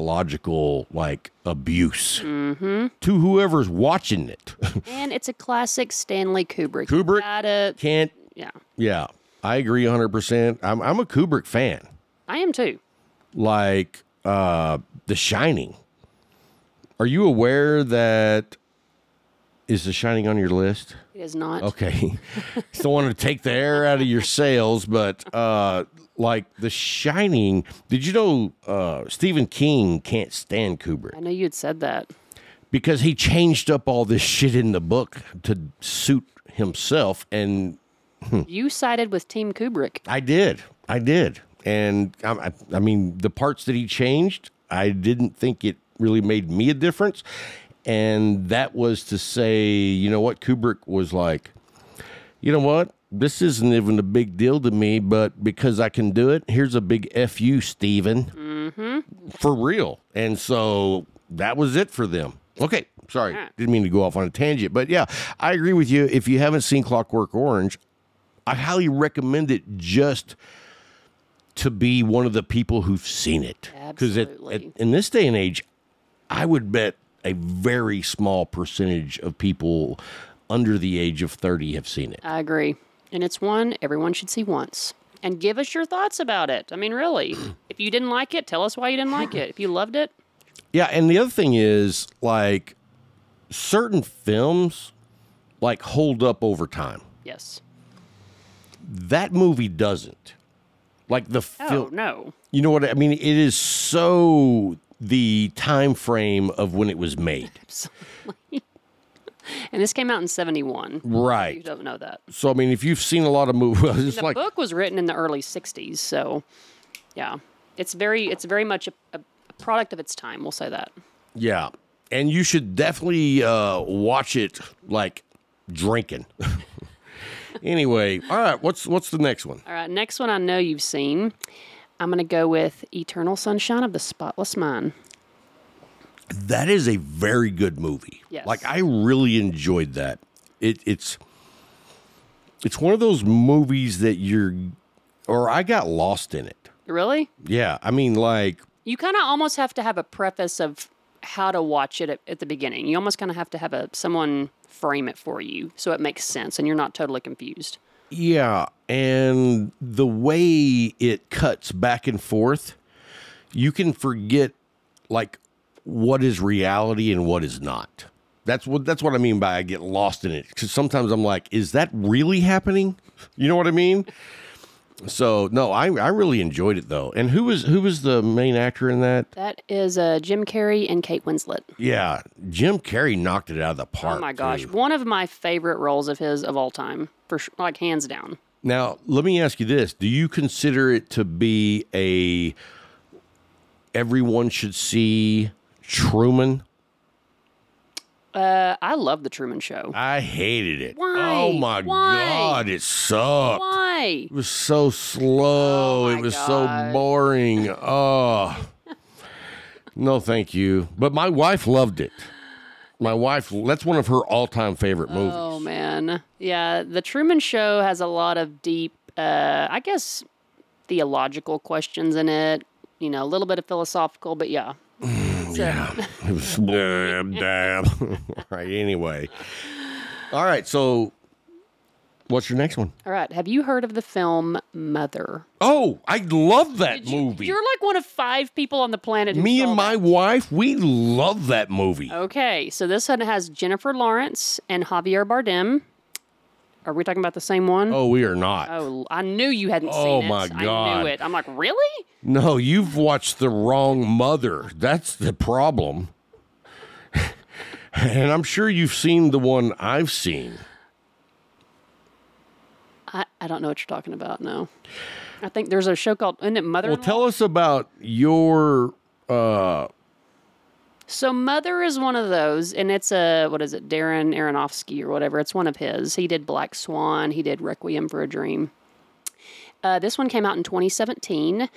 [SPEAKER 3] psychological like abuse to whoever's watching it
[SPEAKER 4] And it's a classic Stanley Kubrick.
[SPEAKER 3] Kubrick.
[SPEAKER 4] Gotta,
[SPEAKER 3] can't
[SPEAKER 4] yeah,
[SPEAKER 3] Yeah, I agree 100%. I'm, I'm a Kubrick fan.
[SPEAKER 4] I am too.
[SPEAKER 3] Like uh The Shining. Are you aware that is The Shining on your list?
[SPEAKER 4] It is not.
[SPEAKER 3] Okay. Still want to take the air out of your sails, but uh like The Shining, did you know uh Stephen King can't stand Kubrick?
[SPEAKER 4] I know you had said that.
[SPEAKER 3] because he changed up all this shit in the book to suit himself and Hmm.
[SPEAKER 4] You sided with Team Kubrick.
[SPEAKER 3] I did. I did. And I, I, I mean, the parts that he changed, I didn't think it really made me a difference. And that was to say, you know what? Kubrick was like, you know what? This isn't even a big deal to me, but because I can do it, here's a big F you, Steven. For real. And so that was it for them. Okay. Sorry. Didn't mean to go off on a tangent. But yeah, I agree with you. If you haven't seen Clockwork Orange, I highly recommend it just to be one of the people who've seen it. it,
[SPEAKER 4] Absolutely.
[SPEAKER 3] in this day and age, I would bet a very small percentage of people under the age of 30 have seen it.
[SPEAKER 4] I agree. And it's one everyone should see once. And give us your thoughts about it. I mean, really. if you didn't like it, tell us why you didn't like it. If you loved it,
[SPEAKER 3] Yeah, and the other thing is like certain films like hold up over time.
[SPEAKER 4] yes.
[SPEAKER 3] That movie doesn't. Like the
[SPEAKER 4] Oh,
[SPEAKER 3] film
[SPEAKER 4] no.
[SPEAKER 3] You know what I mean? It is so the time frame of when it was made.
[SPEAKER 4] And this came out in 71. You
[SPEAKER 3] Right.
[SPEAKER 4] don't know that.
[SPEAKER 3] So I mean if you've seen a lot of movies it's
[SPEAKER 4] The
[SPEAKER 3] like
[SPEAKER 4] book was written in the early 60s, so yeah. It's very it's very much a, a a product of its time, we'll say that.
[SPEAKER 3] yeah. And you should definitely uh watch it like drinking. anyway, all right. What's what's the next one?
[SPEAKER 4] All right, next one I know you've seen. I'm going to go with Eternal Sunshine of the Spotless Mind.
[SPEAKER 3] That is a very good movie.
[SPEAKER 4] Yes.
[SPEAKER 3] Like I really enjoyed that. It, it's it's one of those movies that you're or I got lost in it.
[SPEAKER 4] Really?
[SPEAKER 3] Yeah, I mean like
[SPEAKER 4] You kind of almost have to have a preface of how to watch it at, at the beginning. You almost kind of have to have a someone frame it for you so it makes sense and you're not totally confused.
[SPEAKER 3] yeah, and the way it cuts back and forth, you can forget like what is reality and what is not. That's what that's what I mean by I get lost in it cuz sometimes I'm like is that really happening? You know what I mean? So, no, I I really enjoyed it though. And who was who was the main actor in that?
[SPEAKER 4] That is uh, Jim Carrey and Kate Winslet.
[SPEAKER 3] Yeah, Jim Carrey knocked it out of the park.
[SPEAKER 4] Oh my gosh,
[SPEAKER 3] too.
[SPEAKER 4] one of my favorite roles of his of all time, for sure, like hands down.
[SPEAKER 3] Now, let me ask you this. Do you consider it to be a everyone should see Truman?
[SPEAKER 4] Uh, I love the Truman Show.
[SPEAKER 3] I hated it.
[SPEAKER 4] Why?
[SPEAKER 3] Oh my
[SPEAKER 4] Why?
[SPEAKER 3] god, it sucked.
[SPEAKER 4] Why?
[SPEAKER 3] It was so slow.
[SPEAKER 4] Oh, my
[SPEAKER 3] it was so
[SPEAKER 4] God.
[SPEAKER 3] boring. Oh. no, thank you. But my wife loved it. My wife, that's one of her all-time favorite movies.
[SPEAKER 4] Oh man, yeah. The Truman Show has a lot of deep, uh, I guess, theological questions in it. You know, a little bit of philosophical, but yeah,
[SPEAKER 3] It was damn, damn. All right, anyway. All right, so what's your next one?
[SPEAKER 4] All right. Have you heard of the film Mother?
[SPEAKER 3] Oh, I love that movie.
[SPEAKER 4] You're like one of five people on the planet. Who
[SPEAKER 3] Me
[SPEAKER 4] saw
[SPEAKER 3] and my
[SPEAKER 4] that. Oh.
[SPEAKER 3] wife, we love that movie.
[SPEAKER 4] Okay, so this one has Jennifer Lawrence and Javier Bardem. Are we talking about the same one?
[SPEAKER 3] Oh, we are not.
[SPEAKER 4] Oh, I knew you hadn't
[SPEAKER 3] Oh,
[SPEAKER 4] seen it.
[SPEAKER 3] my
[SPEAKER 4] I
[SPEAKER 3] God.
[SPEAKER 4] knew it. I'm like, really?
[SPEAKER 3] No, you've watched the wrong mother. That's the problem. and I'm sure you've seen the one I've seen.
[SPEAKER 4] I, I don't know what you're talking about. No, I think there's a show called isn't it Mother?
[SPEAKER 3] Well, tell us about your uh
[SPEAKER 4] So Mother is one of those, and it's a what is it, Darren Aronofsky or whatever. It's one of his. He did Black Swan. He did Requiem for a Dream. Uh, this one came out in 2017,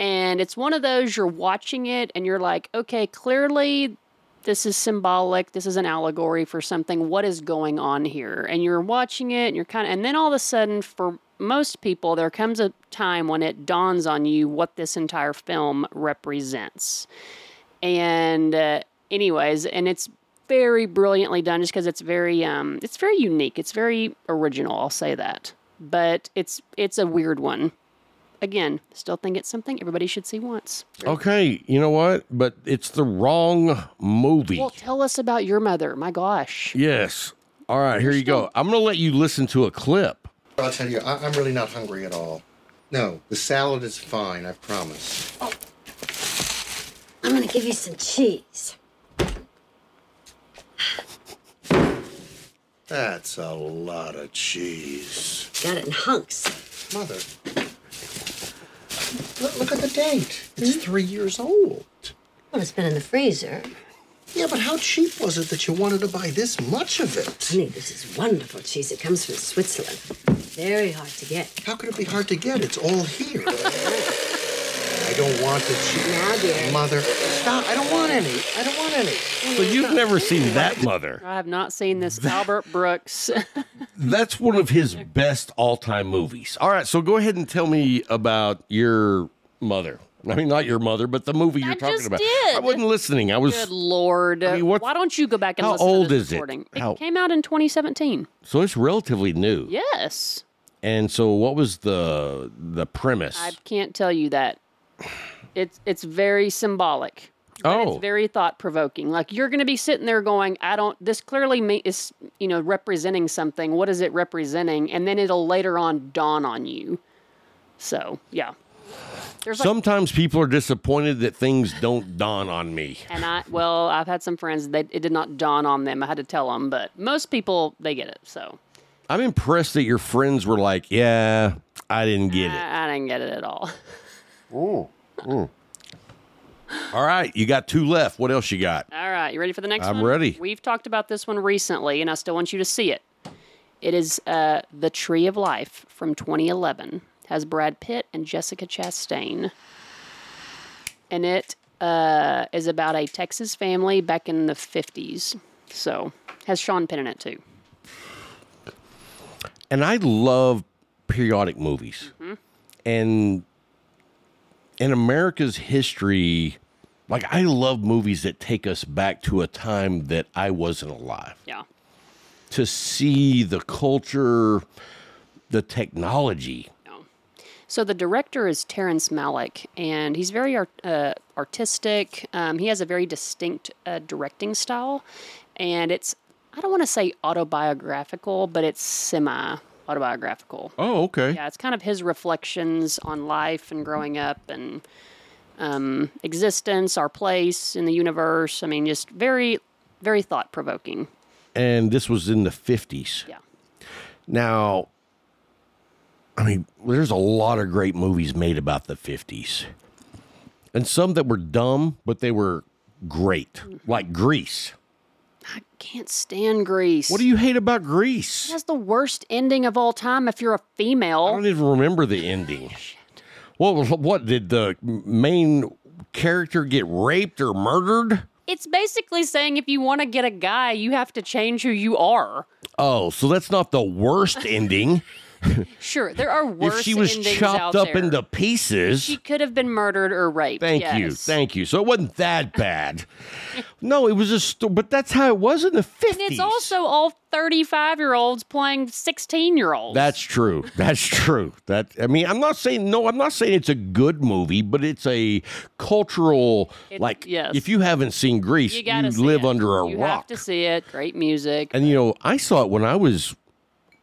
[SPEAKER 4] and it's one of those you're watching it and you're like, okay, clearly this is symbolic. This is an allegory for something. What is going on here? And you're watching it, and you're kind of, and then all of a sudden, for most people, there comes a time when it dawns on you what this entire film represents and uh, anyways and it's very brilliantly done just because it's very um it's very unique it's very original i'll say that but it's it's a weird one again still think it's something everybody should see once
[SPEAKER 3] Okay, you know what? But it's the wrong movie.
[SPEAKER 4] well tell us about your mother my gosh
[SPEAKER 3] Yes. All right, here you go. I'm going to let you listen to a clip.
[SPEAKER 8] I'll tell you, I, I'm really not hungry at all. No, the salad is fine, I promise.
[SPEAKER 9] I'm gonna give you some cheese.
[SPEAKER 8] That's a lot of cheese.
[SPEAKER 9] Got it in hunks.
[SPEAKER 8] Mother, look, look at the date. It's three years old.
[SPEAKER 9] Well, it's been in the freezer.
[SPEAKER 8] Yeah, but how cheap was it that you wanted to buy this much of it?
[SPEAKER 9] Honey, this is wonderful cheese. It comes from Switzerland. Very hard to get.
[SPEAKER 8] How could it be hard to get? It's all here. I don't want the cheese.
[SPEAKER 9] Now, dear.
[SPEAKER 8] Mother, stop. I don't want any. I don't want any.
[SPEAKER 3] So you've never seen that mother.
[SPEAKER 4] i have not seen this albert brooks
[SPEAKER 3] That's one of his best all-time movies. All right, so go ahead and tell me about your mother. I mean, not your mother, but the movie you're
[SPEAKER 4] I
[SPEAKER 3] talking
[SPEAKER 4] just
[SPEAKER 3] about.
[SPEAKER 4] did.
[SPEAKER 3] I wasn't listening. I
[SPEAKER 4] good
[SPEAKER 3] was
[SPEAKER 4] lord
[SPEAKER 3] mean, what-
[SPEAKER 4] why don't you go back and
[SPEAKER 3] how
[SPEAKER 4] listen
[SPEAKER 3] old
[SPEAKER 4] to this
[SPEAKER 3] is it?
[SPEAKER 4] recording
[SPEAKER 3] How-
[SPEAKER 4] came out in 2017
[SPEAKER 3] so it's relatively new.
[SPEAKER 4] yes
[SPEAKER 3] And so, what was the the premise?
[SPEAKER 4] I can't tell you that. It's it's very symbolic. but
[SPEAKER 3] oh,
[SPEAKER 4] It's very thought provoking. Like you're going to be sitting there going, I don't. This clearly me- is you know representing something. What is it representing? And then it'll later on dawn on you. So yeah. There's like,
[SPEAKER 3] sometimes people are disappointed that things don't dawn on me.
[SPEAKER 4] and I well, I've had some friends that it did not dawn on them. I had to tell them, but most people they get it. So
[SPEAKER 3] I'm impressed that your friends were like, "Yeah, I didn't get it."
[SPEAKER 4] I, I didn't get it at all.
[SPEAKER 3] All right, you got two left. What else you got?
[SPEAKER 4] All right, you ready for the next
[SPEAKER 3] I'm
[SPEAKER 2] one?
[SPEAKER 3] ready.
[SPEAKER 4] We've talked about this one recently, and I still want you to see it. It is uh, The Tree of Life from 2011. Has Brad Pitt and Jessica Chastain. And it uh, is about a Texas family back in the 50s. So, has Sean Penn in it too.
[SPEAKER 3] and I love periodic movies, and in America's history, like I love movies that take us back to a time that I wasn't alive
[SPEAKER 4] Yeah.
[SPEAKER 3] to see the culture, the technology.
[SPEAKER 4] So the director is Terrence Malick, and he's very art, uh, artistic. Um, he has a very distinct uh, directing style, and it's I don't want to say autobiographical, but it's semi autobiographical.
[SPEAKER 3] Oh, okay.
[SPEAKER 4] Yeah, it's kind of his reflections on life and growing up and um, existence, our place in the universe. I mean, just very, very thought provoking.
[SPEAKER 3] And this was in the 50s.
[SPEAKER 4] Yeah.
[SPEAKER 3] Now, I mean, there's a lot of great movies made about the 50s, and some that were dumb, but they were great, like Grease.
[SPEAKER 4] Can't stand Grease.
[SPEAKER 3] What do you hate about Grease?
[SPEAKER 4] That's the worst ending of all time if you're a female.
[SPEAKER 3] I don't even remember the ending. What, what did the main character get raped or murdered?
[SPEAKER 4] It's basically saying if you want to get a guy, you have to change who you are.
[SPEAKER 3] Oh, so that's not the worst ending.
[SPEAKER 4] Sure, there are worse.
[SPEAKER 3] if she was
[SPEAKER 4] endings out
[SPEAKER 3] chopped up
[SPEAKER 4] there.
[SPEAKER 3] into pieces,
[SPEAKER 4] she could have been murdered or raped.
[SPEAKER 3] Thank you.
[SPEAKER 4] yes.
[SPEAKER 3] Thank you. So it wasn't that bad. no, it was just, sto- but that's how it was in the 50s.
[SPEAKER 4] And it's also all thirty-five-year-olds playing sixteen-year-olds.
[SPEAKER 3] That's true. That's true. That I mean, I'm not saying no. I'm not saying it's a good movie, but it's a cultural like.
[SPEAKER 4] yes.
[SPEAKER 3] If you haven't seen Grease,
[SPEAKER 4] you
[SPEAKER 3] you,
[SPEAKER 4] gotta see
[SPEAKER 3] live
[SPEAKER 4] it.
[SPEAKER 3] under a
[SPEAKER 4] you
[SPEAKER 3] rock.
[SPEAKER 4] have to see it. Great music,
[SPEAKER 3] and you know, I saw it when I was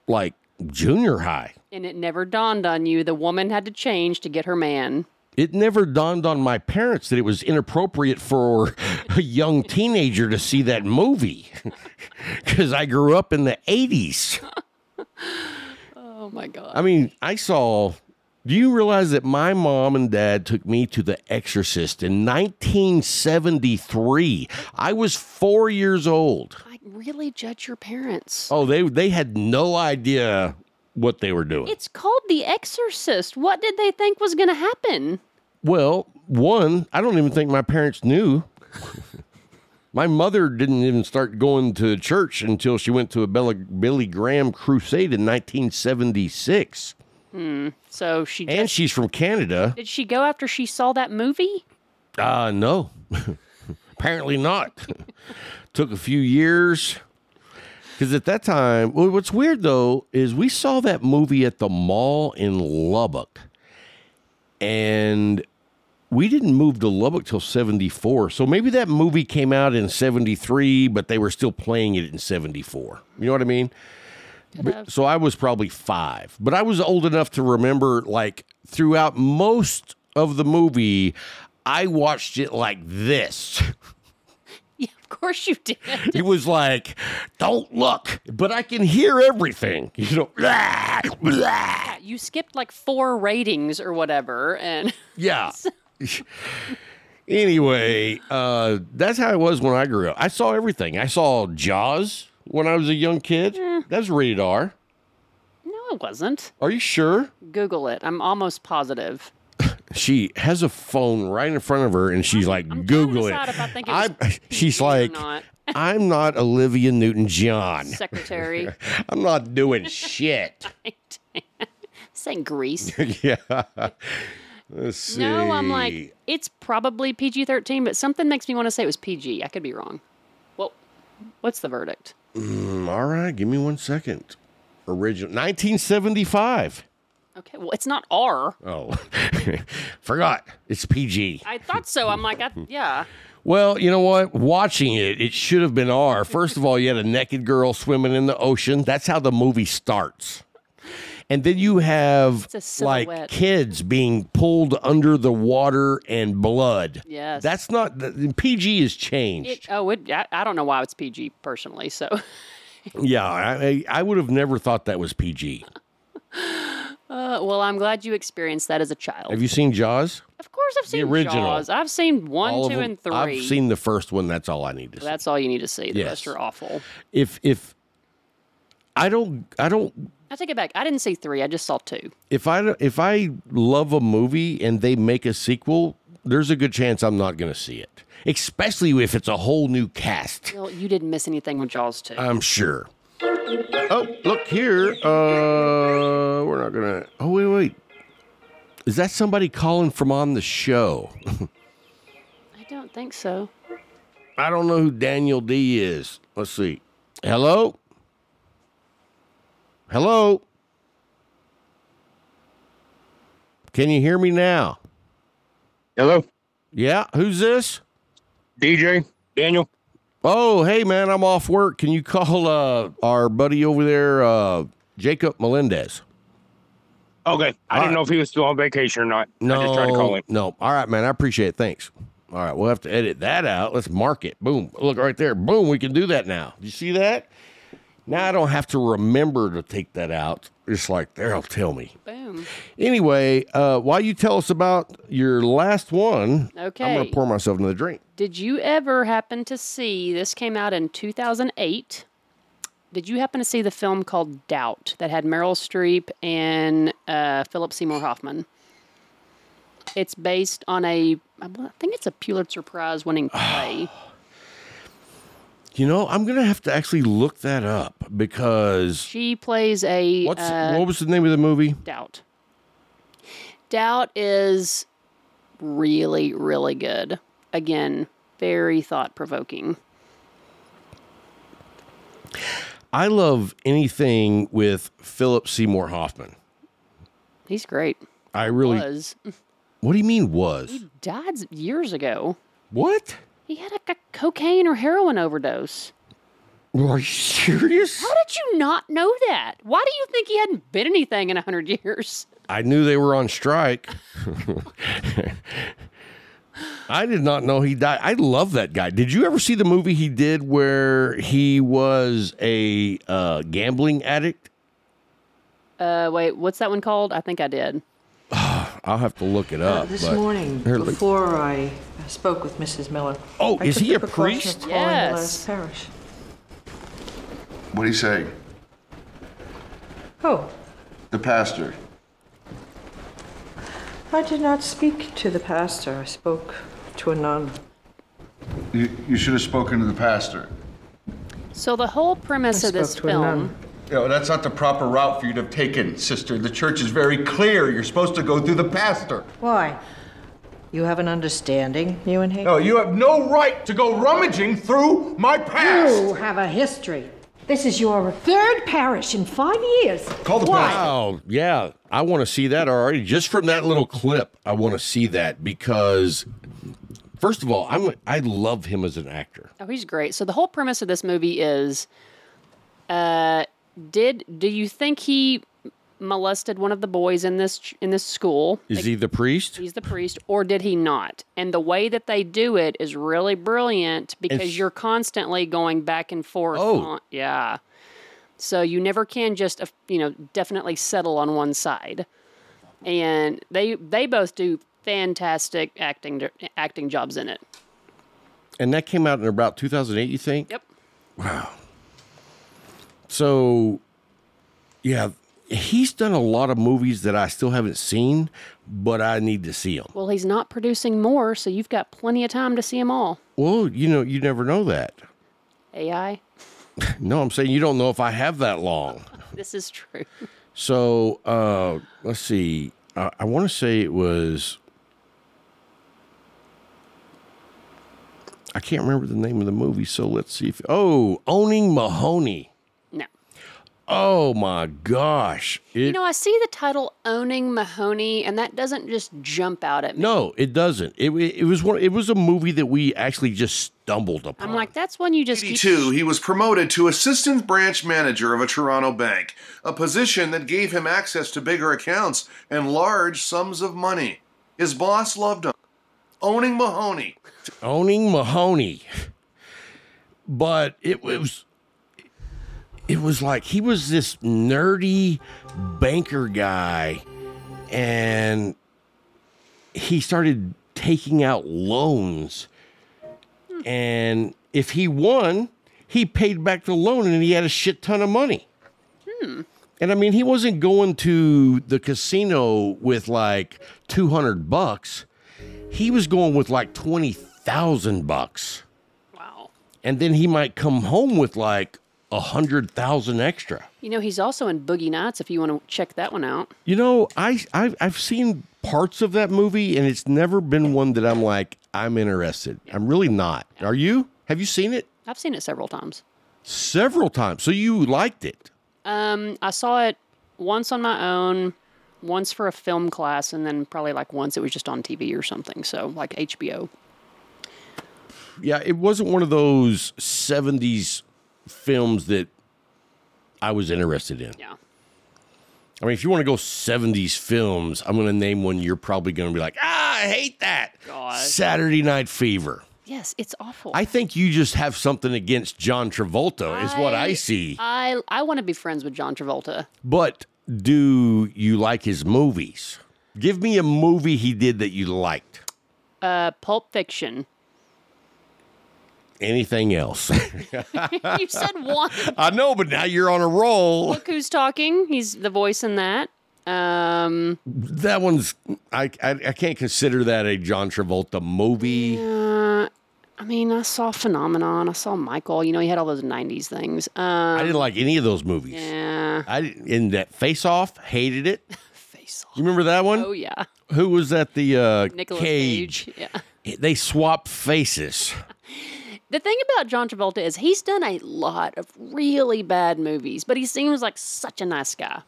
[SPEAKER 3] like junior high.
[SPEAKER 4] and it never dawned on you the woman had to change to get her man.
[SPEAKER 3] It never dawned on my parents that it was inappropriate for a young teenager to see that movie because I grew up in the 80s.
[SPEAKER 4] Oh my god!
[SPEAKER 3] I mean, I saw. Do you realize that my mom and dad took me to The Exorcist in 1973? I was four years old.
[SPEAKER 4] I really judge your parents.
[SPEAKER 3] Oh, they they had no idea what they were doing.
[SPEAKER 4] It's called The Exorcist. What did they think was going to happen?
[SPEAKER 3] Well, one, I don't even think my parents knew. my mother didn't even start going to church until she went to a Bella, Billy Graham crusade in 1976.
[SPEAKER 4] So she
[SPEAKER 3] And she's from Canada.
[SPEAKER 4] Did she go after she saw that movie?
[SPEAKER 3] Uh, no. Apparently not. Took a few years. Because at that time, well, what's weird though is we saw that movie at the mall in Lubbock. And we didn't move to Lubbock till 74. So maybe that movie came out in 73, but they were still playing it in 74. You know what I mean? But- so I was probably five, but I was old enough to remember like throughout most of the movie, I watched it like this.
[SPEAKER 4] Yeah, of course you did.
[SPEAKER 3] It was like, don't look, but I can hear everything. You know, "Blah, blah."
[SPEAKER 4] You skipped like four ratings or whatever, and
[SPEAKER 3] yeah. anyway, uh, that's how it was when I grew up. I saw everything. I saw Jaws when I was a young kid. That's rated R.
[SPEAKER 4] no, it wasn't.
[SPEAKER 3] Are you sure?
[SPEAKER 4] Google it. I'm almost positive.
[SPEAKER 3] she has a phone right in front of her and she's like
[SPEAKER 4] I'm trying to
[SPEAKER 3] google it
[SPEAKER 4] decide if I think it was
[SPEAKER 3] I'm, she's
[SPEAKER 4] PG or
[SPEAKER 3] like
[SPEAKER 4] not.
[SPEAKER 3] i'm not olivia newton-john
[SPEAKER 4] Secretary,
[SPEAKER 3] i'm not doing shit
[SPEAKER 4] saying Greece.
[SPEAKER 3] yeah let's see
[SPEAKER 4] No, I'm like it's probably PG-13, but something makes me want to say it was PG. I could be wrong. Well, what's the verdict?
[SPEAKER 3] Mm, all right give me one second original 1975
[SPEAKER 4] Okay, well, it's not R.
[SPEAKER 3] oh forgot it's pg
[SPEAKER 4] I thought so. I'm like, I, yeah.
[SPEAKER 3] Well, you know what? Watching it, it should have been R. First of all, you had a naked girl swimming in the ocean. That's how the movie starts. And then you have
[SPEAKER 4] It's a silhouette.
[SPEAKER 3] like kids being pulled under the water and blood.
[SPEAKER 4] Yes.
[SPEAKER 3] That's not the PG has changed.
[SPEAKER 4] It, oh, it, I, I don't know why it's PG personally. So,
[SPEAKER 3] yeah, I, I would have never thought that was PG.
[SPEAKER 4] uh, well, I'm glad you experienced that as a child.
[SPEAKER 3] Have you seen Jaws?
[SPEAKER 4] Of course, I've seen
[SPEAKER 3] original.
[SPEAKER 4] Jaws. I've seen one,
[SPEAKER 3] All of
[SPEAKER 4] two,
[SPEAKER 3] them?
[SPEAKER 4] and three.
[SPEAKER 3] I've seen the first one. That's all I need to see.
[SPEAKER 4] That's all you need to see. The
[SPEAKER 3] Yes.
[SPEAKER 4] rest are awful.
[SPEAKER 3] if if I don't. I don't.
[SPEAKER 4] I take it back. I didn't see three. I just saw two.
[SPEAKER 3] If I if I love a movie and they make a sequel, there's a good chance I'm not going to see it, especially if it's a whole new cast.
[SPEAKER 4] Well, you didn't miss anything with Jaws two.
[SPEAKER 3] I'm sure. Oh, look here. Uh, we're not gonna. Oh wait, wait. Is that somebody calling from on the show?
[SPEAKER 4] I don't think so.
[SPEAKER 3] I don't know who Daniel D is. Let's see. Hello? Hello? Can you hear me now?
[SPEAKER 10] Hello,
[SPEAKER 3] Yeah, who's this?
[SPEAKER 10] DJ Daniel.
[SPEAKER 3] Oh, hey man, I'm off work. Can you call uh our buddy over there uh Jacob Melendez?
[SPEAKER 10] Okay, I didn't know if he was still on vacation or not.
[SPEAKER 3] No.
[SPEAKER 10] I just tried to call him.
[SPEAKER 3] No. All right, man. I appreciate it. Thanks. All right, we'll have to edit that out. Let's mark it. Boom. Look right there. Boom. We can do that now. You see that? Now I don't have to remember to take that out. It's like there'll tell me.
[SPEAKER 4] Boom.
[SPEAKER 3] Anyway, uh, while you tell us about your last one, I'm
[SPEAKER 4] Okay.
[SPEAKER 3] gonna pour myself another drink.
[SPEAKER 4] Did you ever happen to see this came out in 2008? Did you happen to see the film called Doubt that had Meryl Streep and uh, Philip Seymour Hoffman? It's based on a, I bel- I think it's a Pulitzer Prize winning play.
[SPEAKER 3] You know, I'm gonna have to actually look that up because
[SPEAKER 4] she plays a
[SPEAKER 3] what's
[SPEAKER 4] uh,
[SPEAKER 3] what was the name of the movie?
[SPEAKER 4] Doubt. Doubt is really, really good. Again, very thought provoking.
[SPEAKER 3] I love anything with Philip Seymour Hoffman.
[SPEAKER 4] He's great.
[SPEAKER 3] I really.
[SPEAKER 4] Was
[SPEAKER 3] What do you mean was?
[SPEAKER 4] died years ago.
[SPEAKER 3] What?
[SPEAKER 4] He had a, c- cocaine or heroin overdose.
[SPEAKER 3] Are you serious?
[SPEAKER 4] How did you not know that? Why do you think he hadn't been anything in a hundred years?
[SPEAKER 3] I knew they were on strike. I did not know he died. I love that guy. Did you ever see the movie he did where he was a uh, gambling addict?
[SPEAKER 4] Uh, wait, what's that one called? I think I did.
[SPEAKER 3] I'll have to look it up.
[SPEAKER 11] Uh, This
[SPEAKER 3] Ah, but-
[SPEAKER 11] morning,
[SPEAKER 3] Here, look.
[SPEAKER 11] before I spoke with Mrs. Miller.
[SPEAKER 3] Oh,
[SPEAKER 11] I
[SPEAKER 3] is
[SPEAKER 11] took
[SPEAKER 3] he
[SPEAKER 11] the
[SPEAKER 3] a
[SPEAKER 11] precaution
[SPEAKER 3] priest?
[SPEAKER 11] of calling the
[SPEAKER 4] Yes.
[SPEAKER 11] last parish.
[SPEAKER 2] What do you say?
[SPEAKER 11] Oh,
[SPEAKER 2] The pastor.
[SPEAKER 11] I did not speak to the pastor. I spoke to a nun.
[SPEAKER 2] You, you should have spoken to the pastor.
[SPEAKER 4] So the whole premise
[SPEAKER 11] I
[SPEAKER 4] of this
[SPEAKER 11] spoke to a
[SPEAKER 4] film.
[SPEAKER 11] nun.
[SPEAKER 2] You know, that's not the proper route for you to have taken, sister. The church is very clear. You're supposed to go through the pastor.
[SPEAKER 11] Why? You have an understanding, you and he?
[SPEAKER 2] No, you have no right to go rummaging through my past.
[SPEAKER 12] You have a history. This is your third parish in five years.
[SPEAKER 2] Call the
[SPEAKER 12] Why?
[SPEAKER 2] pastor.
[SPEAKER 3] Oh, yeah. I want to see that already. Just from that little clip, I want to see that because, first of all, I'm I love him as an actor.
[SPEAKER 4] Oh, he's great. So the whole premise of this movie is, uh, did do you think he molested one of the boys in this ch- in this school?
[SPEAKER 3] Is he the priest?
[SPEAKER 4] He's the priest, or did he not? And the way that they do it is really brilliant because
[SPEAKER 3] It's-
[SPEAKER 4] you're constantly going back and forth.
[SPEAKER 3] Oh.
[SPEAKER 4] on- yeah. So you never can just uh, you know definitely settle on one side, and they they both do fantastic acting acting jobs in it.
[SPEAKER 3] And that came out in about 2008, you think?
[SPEAKER 4] Yep.
[SPEAKER 3] So, yeah, he's done a lot of movies that I still haven't seen, but I need to see them.
[SPEAKER 4] Well, he's not producing more, so you've got plenty of time to see them all.
[SPEAKER 3] Well, you know, you never know that.
[SPEAKER 4] AI,
[SPEAKER 3] No, I'm saying you don't know if I have that long.
[SPEAKER 4] this is true.
[SPEAKER 3] So, uh, let's see. Uh, I want to say it was. I can't remember the name of the movie, so let's see if. Oh, Owning Mahoney.
[SPEAKER 4] No.
[SPEAKER 3] Oh my gosh. It,
[SPEAKER 4] You know, I see the title Owning Mahoney, and that doesn't just jump out at me.
[SPEAKER 3] No, it doesn't. It, it it was one. It was a movie that we actually just stumbled upon.
[SPEAKER 4] I'm like, that's one you just keep.
[SPEAKER 13] 1982, he was promoted to assistant branch manager of a Toronto bank, a position that gave him access to bigger accounts and large sums of money. His boss loved him. Owning Mahoney.
[SPEAKER 3] owning Mahoney, but it was. It was like he was this nerdy banker guy, and he started taking out loans. And if he won, he paid back the loan, and he had a shit ton of money. And I mean, he wasn't going to the casino with like 200 bucks. He was going with like 20,000 bucks. Wow. And then he might come home with like a 100,000 extra.
[SPEAKER 4] You know, he's also in Boogie Nights if you want to check that one out.
[SPEAKER 3] You know, I, I I've seen parts of that movie, and it's never been one that I'm like I'm interested. I'm really not. Are you? Have you seen it
[SPEAKER 4] I've seen it several times.
[SPEAKER 3] several times? So you liked it?
[SPEAKER 4] Um, I saw it once on my own, once for a film class, and then probably like once it was just on TV or something. So like HBO.
[SPEAKER 3] Yeah, it wasn't one of those '70s films that I was interested in.
[SPEAKER 4] Yeah.
[SPEAKER 3] I mean, if you want to go '70s films, I'm going to name one you're probably going to be like, ah, I hate that. Saturday Night Fever.
[SPEAKER 4] Yes, it's awful.
[SPEAKER 3] I think you just have something against John Travolta, is what I see.
[SPEAKER 4] I uh, I want to be friends with John Travolta.
[SPEAKER 3] But do you like his movies? Give me a movie he did that you liked.
[SPEAKER 4] Uh, Pulp Fiction.
[SPEAKER 3] Anything else?
[SPEAKER 4] you said one.
[SPEAKER 3] I know, but now you're on a roll.
[SPEAKER 4] Look who's talking. He's the voice in that. Um,
[SPEAKER 3] That one's I, I I can't consider that a John Travolta movie.
[SPEAKER 4] uh, I mean, I saw Phenomenon. I saw Michael. You know, he had all those '90s things. Um,
[SPEAKER 3] I didn't like any of those movies.
[SPEAKER 4] Yeah.
[SPEAKER 3] I didn't- in that Face Off hated it. face Off. You remember that one?
[SPEAKER 4] Oh yeah.
[SPEAKER 3] Who was that? The uh,
[SPEAKER 4] Nicolas
[SPEAKER 3] Cage.
[SPEAKER 4] Cage. Yeah.
[SPEAKER 3] They swapped faces.
[SPEAKER 4] The thing about John Travolta is he's done a lot of really bad movies, but he seems like such a nice guy.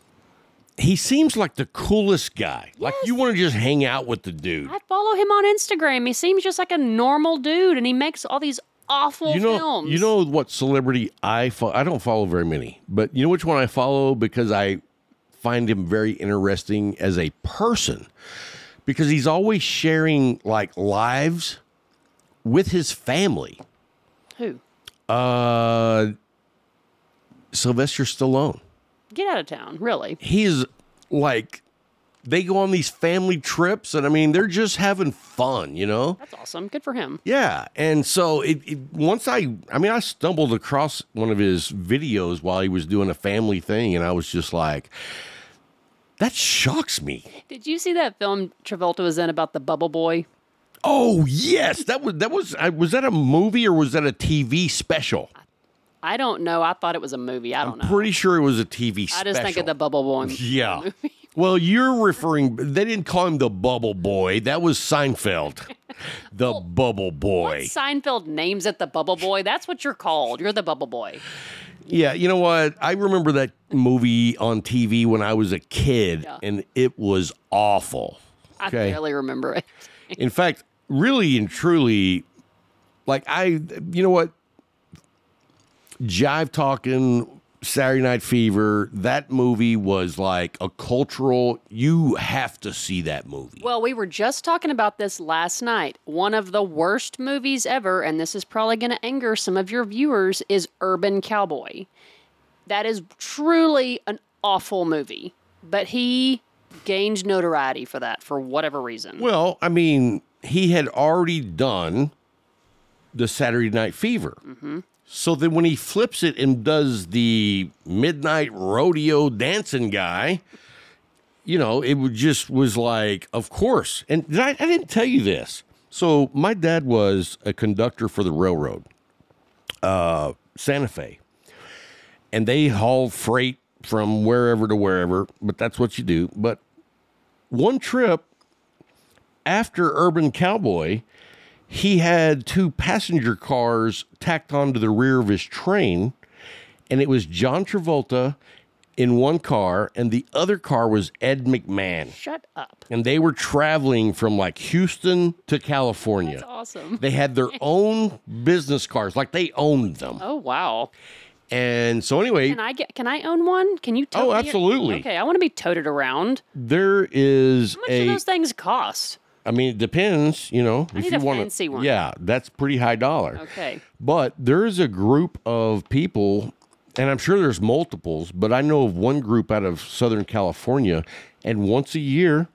[SPEAKER 3] He seems like the coolest guy. Like you want to just hang out with the dude.
[SPEAKER 4] I follow him on Instagram. He seems just like a normal dude, and he makes all these awful
[SPEAKER 3] you know,
[SPEAKER 4] films.
[SPEAKER 3] you know what celebrity I fo- I don't follow very many, but you know which one I follow because I find him very interesting as a person because he's always sharing like lives with his family.
[SPEAKER 4] Who?
[SPEAKER 3] Uh, Sylvester Stallone.
[SPEAKER 4] Get out of town, really.
[SPEAKER 3] He is like they go on these family trips, and I mean they're just having fun, you know.
[SPEAKER 4] That's awesome. Good for him.
[SPEAKER 3] Yeah, and so it, it once I I mean I stumbled across one of his videos while he was doing a family thing and I was just like that shocks me.
[SPEAKER 4] Did you see that film Travolta was in about the bubble boy?
[SPEAKER 3] Oh, yes, that was that was I, was that a movie or was that a TV special?
[SPEAKER 4] I don't know. I thought it was a movie. I don't know.
[SPEAKER 3] Pretty sure it was a TV
[SPEAKER 4] I
[SPEAKER 3] special.
[SPEAKER 4] just think of the bubble boy.
[SPEAKER 3] Yeah. Well, you're referring they didn't call him the bubble boy. That was Seinfeld. The bubble boy.
[SPEAKER 4] Seinfeld names it the bubble boy. That's what you're called. You're the bubble boy.
[SPEAKER 3] Yeah, you know what? I remember that movie on TV when I was a kid, and it was awful.
[SPEAKER 4] I barely remember it.
[SPEAKER 3] In fact, really and truly, like I, you know what? Jive Talking, Saturday Night Fever, that movie was like a cultural, you have to see that movie.
[SPEAKER 4] Well, we were just talking about this last night. One of the worst movies ever, and this is probably going to anger some of your viewers, is Urban Cowboy. That is truly an awful movie, but he gained notoriety for that for whatever reason.
[SPEAKER 3] Well, I mean, he had already done the Saturday Night Fever.
[SPEAKER 4] Mhm.
[SPEAKER 3] So then when he flips it and does the midnight rodeo dancing guy, you know, it would just was like, of course. And did I, I didn't tell you this. So my dad was a conductor for the railroad, uh, Santa Fe, and they haul freight from wherever to wherever, but that's what you do. But one trip after Urban Cowboy, he had two passenger cars tacked onto the rear of his train, and it was John Travolta in one car, and the other car was Ed McMahon.
[SPEAKER 4] Shut up.
[SPEAKER 3] And they were traveling from like Houston to California.
[SPEAKER 4] That's awesome.
[SPEAKER 3] They had their own business cars, like they owned them.
[SPEAKER 4] Oh wow.
[SPEAKER 3] And so anyway,
[SPEAKER 4] Can I get? Can I own one? Can you? Tote
[SPEAKER 3] Oh,
[SPEAKER 4] me-
[SPEAKER 3] absolutely.
[SPEAKER 4] Okay, I want to be toted around.
[SPEAKER 3] there is
[SPEAKER 4] How much do
[SPEAKER 3] a
[SPEAKER 4] those things cost?
[SPEAKER 3] I mean, it depends, you know.
[SPEAKER 4] I need a fancy one.
[SPEAKER 3] Yeah, that's pretty high dollar.
[SPEAKER 4] Okay.
[SPEAKER 3] But there is a group of people, and I'm sure there's multiples, but I know of one group out of Southern California, and once a year,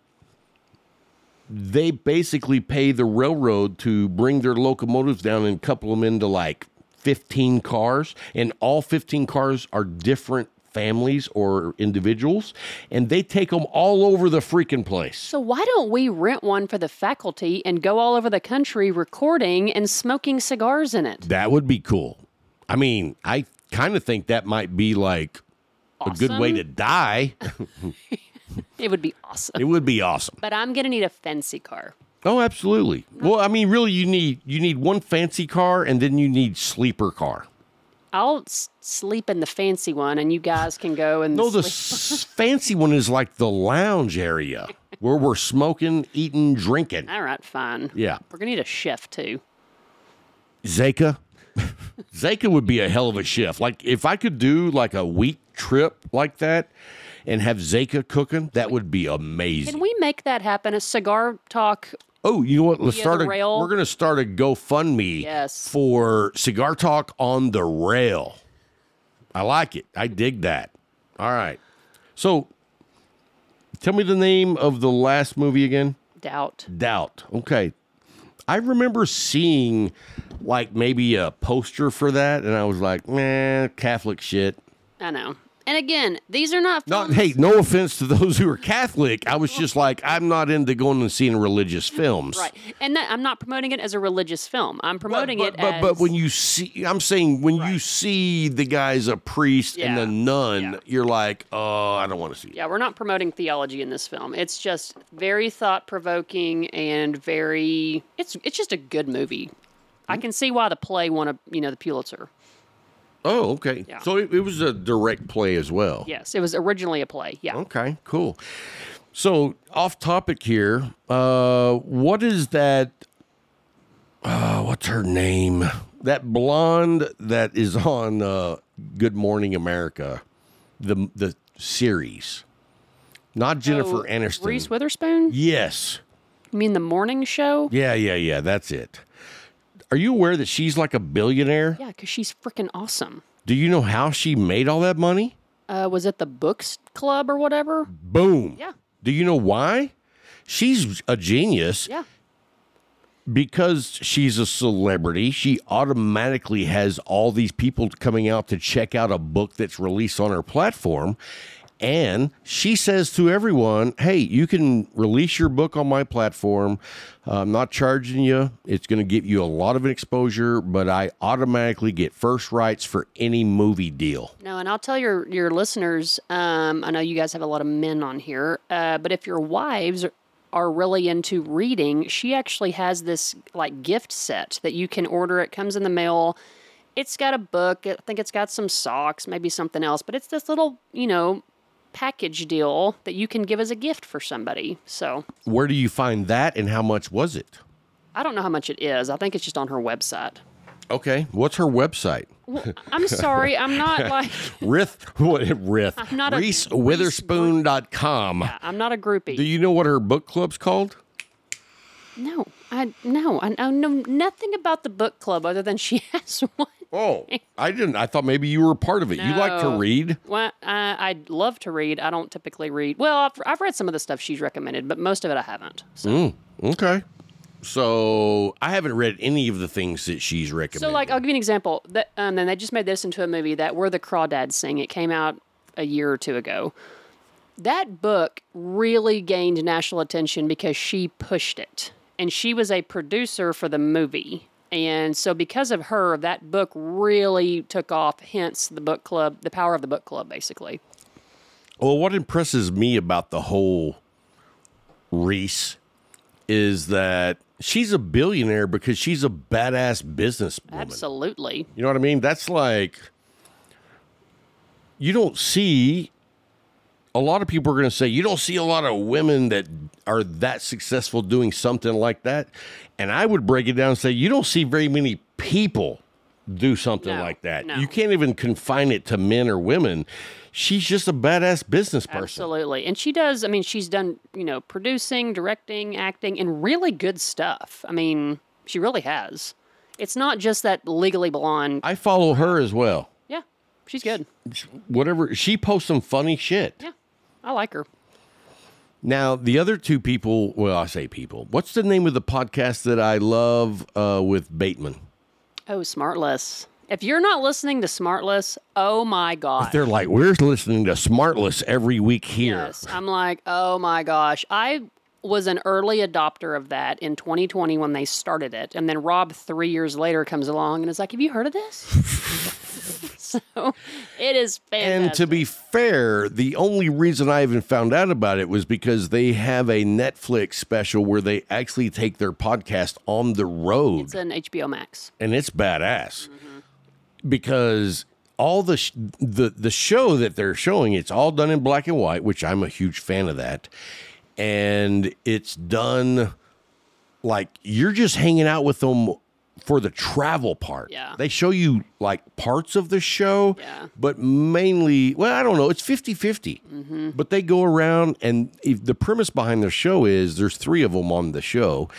[SPEAKER 3] they basically pay the railroad to bring their locomotives down and couple them into like 15 cars, and all 15 cars are different families or individuals, and they take them all over the freaking place.
[SPEAKER 4] So why don't we rent one for the faculty and go all over the country recording and smoking cigars in it?
[SPEAKER 3] That would be cool. I mean, I kind of think that might be like a good way
[SPEAKER 4] Awesome.
[SPEAKER 3] to die.
[SPEAKER 4] It would be awesome.
[SPEAKER 3] it would be awesome.
[SPEAKER 4] But I'm gonna need a fancy car.
[SPEAKER 3] Oh, absolutely. Well, I mean, really, you need you need one fancy car, and then you need sleeper car.
[SPEAKER 4] I'll s- sleep in the fancy one, and you guys can go and
[SPEAKER 3] No, the
[SPEAKER 4] sleep-
[SPEAKER 3] s- fancy one is like the lounge area where we're smoking, eating, drinking.
[SPEAKER 4] All right, fine.
[SPEAKER 3] Yeah.
[SPEAKER 4] we're gonna need a chef too.
[SPEAKER 3] Zeka. Zeka would be a hell of a shift. Like if I could do like a week trip like that and have Zeka cooking, that would be amazing.
[SPEAKER 4] Can we make that happen? A cigar talk.
[SPEAKER 3] Oh, you know what? Let's
[SPEAKER 4] Via
[SPEAKER 3] start
[SPEAKER 4] the
[SPEAKER 3] a
[SPEAKER 4] rail?
[SPEAKER 3] we're gonna start a GoFundMe
[SPEAKER 4] Yes.
[SPEAKER 3] for cigar talk on the rail. I like it. I dig that. All right. So tell me the name of the last movie again.
[SPEAKER 4] Doubt.
[SPEAKER 3] Doubt. Okay. I remember seeing like maybe a poster for that, and I was like, man, Catholic shit.
[SPEAKER 4] I know. And again, these are not.
[SPEAKER 3] Not, hey, no offense to those who are Catholic. I was just like, I'm not into going and seeing religious films.
[SPEAKER 4] Right, and that, I'm not promoting it as a religious film. I'm promoting
[SPEAKER 3] But,
[SPEAKER 4] it
[SPEAKER 3] but,
[SPEAKER 4] as
[SPEAKER 3] but when you see, I'm saying when you see the guy's a priest and
[SPEAKER 4] Yeah.
[SPEAKER 3] a nun, you're like, oh, I don't want to see it.
[SPEAKER 4] Yeah, we're not promoting theology in this film. It's just very thought provoking and very it's it's just a good movie. I
[SPEAKER 3] Hmm?
[SPEAKER 4] can see why the play won a you know the Pulitzer.
[SPEAKER 3] Oh, okay.
[SPEAKER 4] Yeah.
[SPEAKER 3] So it, it was a direct play as well.
[SPEAKER 4] Yes, it was originally a play. Yeah.
[SPEAKER 3] Okay, cool. So off topic here, uh, what is that? Uh, what's her name? That blonde that is on uh, Good Morning America, the the series, not Jennifer
[SPEAKER 4] Oh,
[SPEAKER 3] Aniston.
[SPEAKER 4] Reese Witherspoon?
[SPEAKER 3] yes,
[SPEAKER 4] You mean the morning show?
[SPEAKER 3] yeah, yeah, yeah. That's it. Are you aware that she's like a billionaire?
[SPEAKER 4] Yeah, cuz she's freaking awesome.
[SPEAKER 3] Do you know how she made all that money?
[SPEAKER 4] Uh, was it the books club or whatever?
[SPEAKER 3] Boom.
[SPEAKER 4] Yeah.
[SPEAKER 3] Do you know why? She's a genius.
[SPEAKER 4] Yeah.
[SPEAKER 3] because she's a celebrity, she automatically has all these people coming out to check out a book that's released on her platform. And she says to everyone, hey, you can release your book on my platform. I'm not charging you. It's going to give you a lot of exposure, but I automatically get first rights for any movie deal.
[SPEAKER 4] No, and I'll tell your your listeners. Um, I know you guys have a lot of men on here, uh, but if your wives are really into reading, she actually has this like gift set that you can order. It comes in the mail. It's got a book. I think it's got some socks, maybe something else. But it's this little, you know, package deal that you can give as a gift for somebody. So
[SPEAKER 3] Where do you find that and how much was it?
[SPEAKER 4] I don't know how much it is. I think it's just on her website.
[SPEAKER 3] Okay. What's her website?
[SPEAKER 4] Well, I'm sorry, I'm not like
[SPEAKER 3] Rith, what, Rith,
[SPEAKER 4] I'm not a-
[SPEAKER 3] ReeseWitherspoon.com.
[SPEAKER 4] I'm not a groupie.
[SPEAKER 3] Do you know what her book club's called?
[SPEAKER 4] No, I no, I, I know nothing about the book club other than she has one.
[SPEAKER 3] Oh, I didn't. I thought maybe you were a part of it. You like to
[SPEAKER 4] No.
[SPEAKER 3] read.
[SPEAKER 4] Well, I, I love to read. I don't typically read. Well, I've, I've read some of the stuff she's recommended, but most of it I haven't.
[SPEAKER 3] Mm, okay. So I haven't read any of the things that she's recommended.
[SPEAKER 4] So, like, I'll give you an example. That, um, and they just made this into a movie that Where the Crawdads Sing. It came out a year or two ago. That book really gained national attention because she pushed it. And she was a producer for the movie. And so, because of her, that book really took off, hence the book club, the power of the book club, basically.
[SPEAKER 3] Well, what impresses me about the whole Reese is that she's a billionaire because she's a badass businesswoman.
[SPEAKER 4] Absolutely.
[SPEAKER 3] You know what I mean? That's like you don't see a lot of people are going to say you don't see a lot of women that are that successful doing something like that. And I would break it down and say you don't see very many people do something like that. You can't even confine it to men or women. She's just a badass business person.
[SPEAKER 4] Absolutely. And she does, I mean, she's done, you know, producing, directing, acting, and really good stuff. I mean, she really has. It's not just that legally blonde.
[SPEAKER 3] I follow her as well.
[SPEAKER 4] Yeah, she's good.
[SPEAKER 3] Whatever she posts some funny shit.
[SPEAKER 4] Yeah, I like her.
[SPEAKER 3] Now, the other two people, well, I say people. What's the name of the podcast that I love uh, with Bateman?
[SPEAKER 4] Oh, smartless. If you're not listening to Smartless, oh my god.
[SPEAKER 3] They're like, we're listening to Smartless every week here.
[SPEAKER 4] I'm like, oh my gosh. I was an early adopter of that in 2020 when they started it. And then Rob, three years later, comes along and is like, have you heard of this? so it is fantastic.
[SPEAKER 3] And to be fair, the only reason I even found out about it was because they have a Netflix special where they actually take their podcast on the road.
[SPEAKER 4] it's an HBO Max.
[SPEAKER 3] and it's badass because all the sh- the the show that they're showing it's all done in black and white which I'm a huge fan of that and it's done like you're just hanging out with them for the travel part
[SPEAKER 4] Yeah.
[SPEAKER 3] they show you like parts of the show but mainly well I don't know it's 50-50
[SPEAKER 4] Mhm.
[SPEAKER 3] but they go around and if the premise behind their show is there's three of them on the show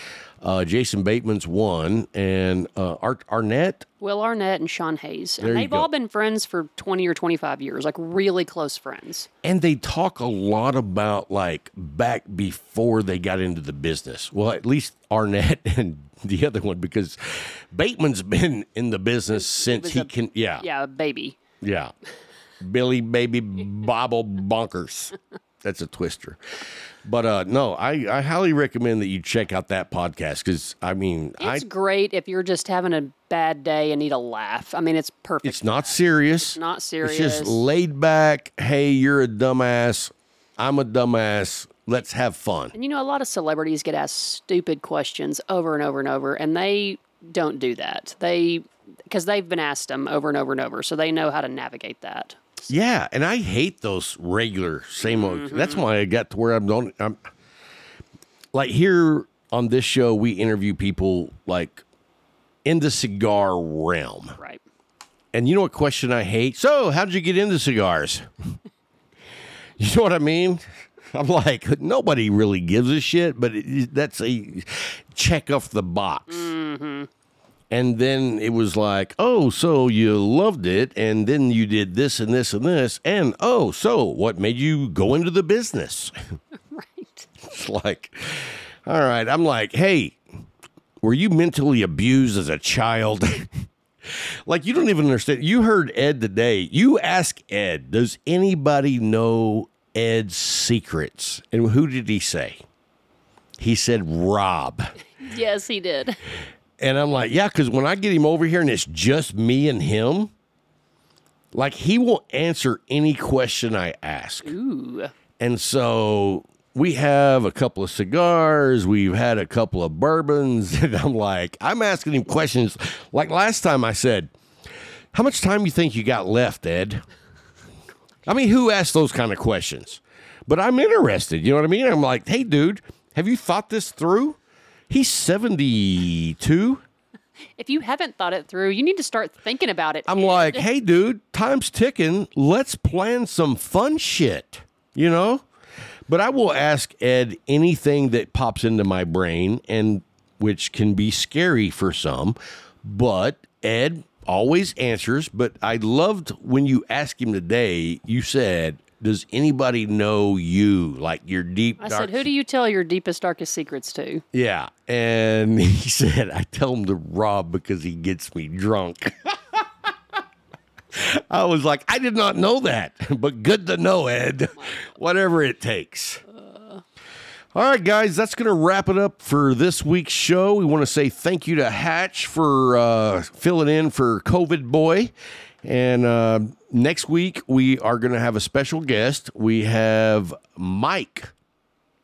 [SPEAKER 3] uh, jason bateman's one and uh, Art- arnett
[SPEAKER 4] Will Arnett and Sean Hayes.
[SPEAKER 3] There
[SPEAKER 4] and
[SPEAKER 3] you
[SPEAKER 4] they've
[SPEAKER 3] go.
[SPEAKER 4] all been friends for 20 or 25 years, like really close friends.
[SPEAKER 3] and they talk a lot about like back before they got into the business well at least arnett and the other one because bateman's been in the business since
[SPEAKER 4] was
[SPEAKER 3] he
[SPEAKER 4] a-
[SPEAKER 3] can yeah
[SPEAKER 4] Yeah, baby.
[SPEAKER 3] Yeah. Billy Baby Bobble Bonkers. That's a twister. But uh no, I, I highly recommend that you check out that podcast because I mean I
[SPEAKER 4] It's great if you're just having a bad day and need a laugh. I mean, it's perfect.
[SPEAKER 3] it's not serious.
[SPEAKER 4] It's not
[SPEAKER 3] It's
[SPEAKER 4] serious.
[SPEAKER 3] just laid back. Hey, you're a dumbass. I'm a dumbass. Let's have fun.
[SPEAKER 4] And you know, a lot of celebrities get asked stupid questions over and over and over, and they don't do that. They, because they've been asked them over and over and over, so they know how to navigate that.
[SPEAKER 3] Yeah, and I hate those regular same old. That's
[SPEAKER 4] Mm-hmm.
[SPEAKER 3] why I got to where I'm don't. I'm like here on this show, we interview people like in the cigar realm,
[SPEAKER 4] right?
[SPEAKER 3] And you know what question I hate? So, how did you get into cigars? you know what I mean? I'm like nobody really gives a shit, but it, that's a check off the box.
[SPEAKER 4] Mm-hmm.
[SPEAKER 3] And then it was like, oh, so you loved it. And then you did this and this and this. And oh, so what made you go into the business?
[SPEAKER 4] right.
[SPEAKER 3] It's like, all right. I'm like, hey, were you mentally abused as a child? like, you don't even understand. You heard Ed today. You ask Ed, does anybody know Ed's secrets? And who did he say? He said, Rob.
[SPEAKER 4] Yes, he did.
[SPEAKER 3] And I'm like, yeah, because when I get him over here and it's just me and him, like he will answer any question I ask.
[SPEAKER 4] Ooh.
[SPEAKER 3] And so we have a couple of cigars, we've had a couple of bourbons, and I'm like, I'm asking him questions. Like last time I said, How much time you think you got left, Ed? I mean, who asks those kind of questions? But I'm interested. You know what I mean? I'm like, hey, dude, have you thought this through? He's 72.
[SPEAKER 4] If you haven't thought it through, you need to start thinking about it.
[SPEAKER 3] I'm like, hey, dude, time's ticking. Let's plan some fun shit, you know? But I will ask Ed anything that pops into my brain, and which can be scary for some, but Ed always answers. But I loved when you asked him today, you said, Does anybody know you? Like your deep,
[SPEAKER 4] I
[SPEAKER 3] dark
[SPEAKER 4] said, who do you tell your deepest, darkest secrets to?
[SPEAKER 3] yeah. And he said, I tell him to rob because he gets me drunk. I was like, I did not know that, but good to know, Ed. Whatever it takes. All right, guys, that's going to wrap it up for this week's show. We want to say thank you to Hatch for uh, filling in for COVID Boy. And uh, next week, we are going to have a special guest. We have Mike.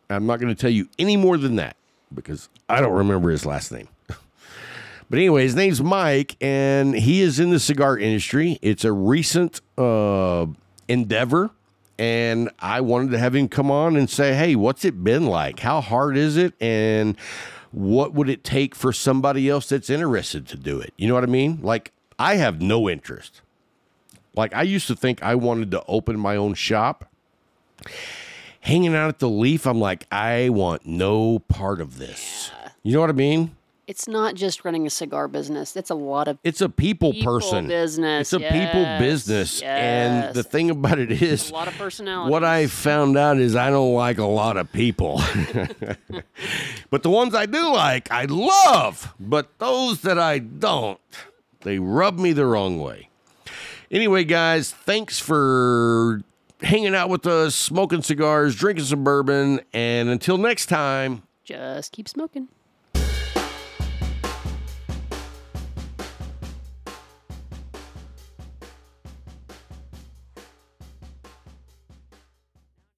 [SPEAKER 3] I'm not going to tell you any more than that because I don't remember his last name. But anyway, his name's Mike, and he is in the cigar industry. It's a recent uh, endeavor, and I wanted to have him come on and say, "Hey, what's it been like? How hard is it? And what would it take for somebody else that's interested to do it? You know what I mean? Like, I have no interest. Like, I used to think I wanted to open my own shop." Hanging out at the leaf, I'm like, I want no part of this. You know what I mean?
[SPEAKER 4] It's not just running a cigar business. It's a lot of
[SPEAKER 3] It's a people,
[SPEAKER 4] People
[SPEAKER 3] person. It's
[SPEAKER 4] business,
[SPEAKER 3] a people
[SPEAKER 4] yes,
[SPEAKER 3] business. And the thing about it is
[SPEAKER 4] a lot of personality.
[SPEAKER 3] what I found out is I don't like a lot of people. but the ones I do like, I love. But those that I don't, They rubbed me the wrong way. Anyway, guys, thanks for hanging out with us, smoking cigars, drinking some bourbon, and until next time.
[SPEAKER 4] Just keep smoking.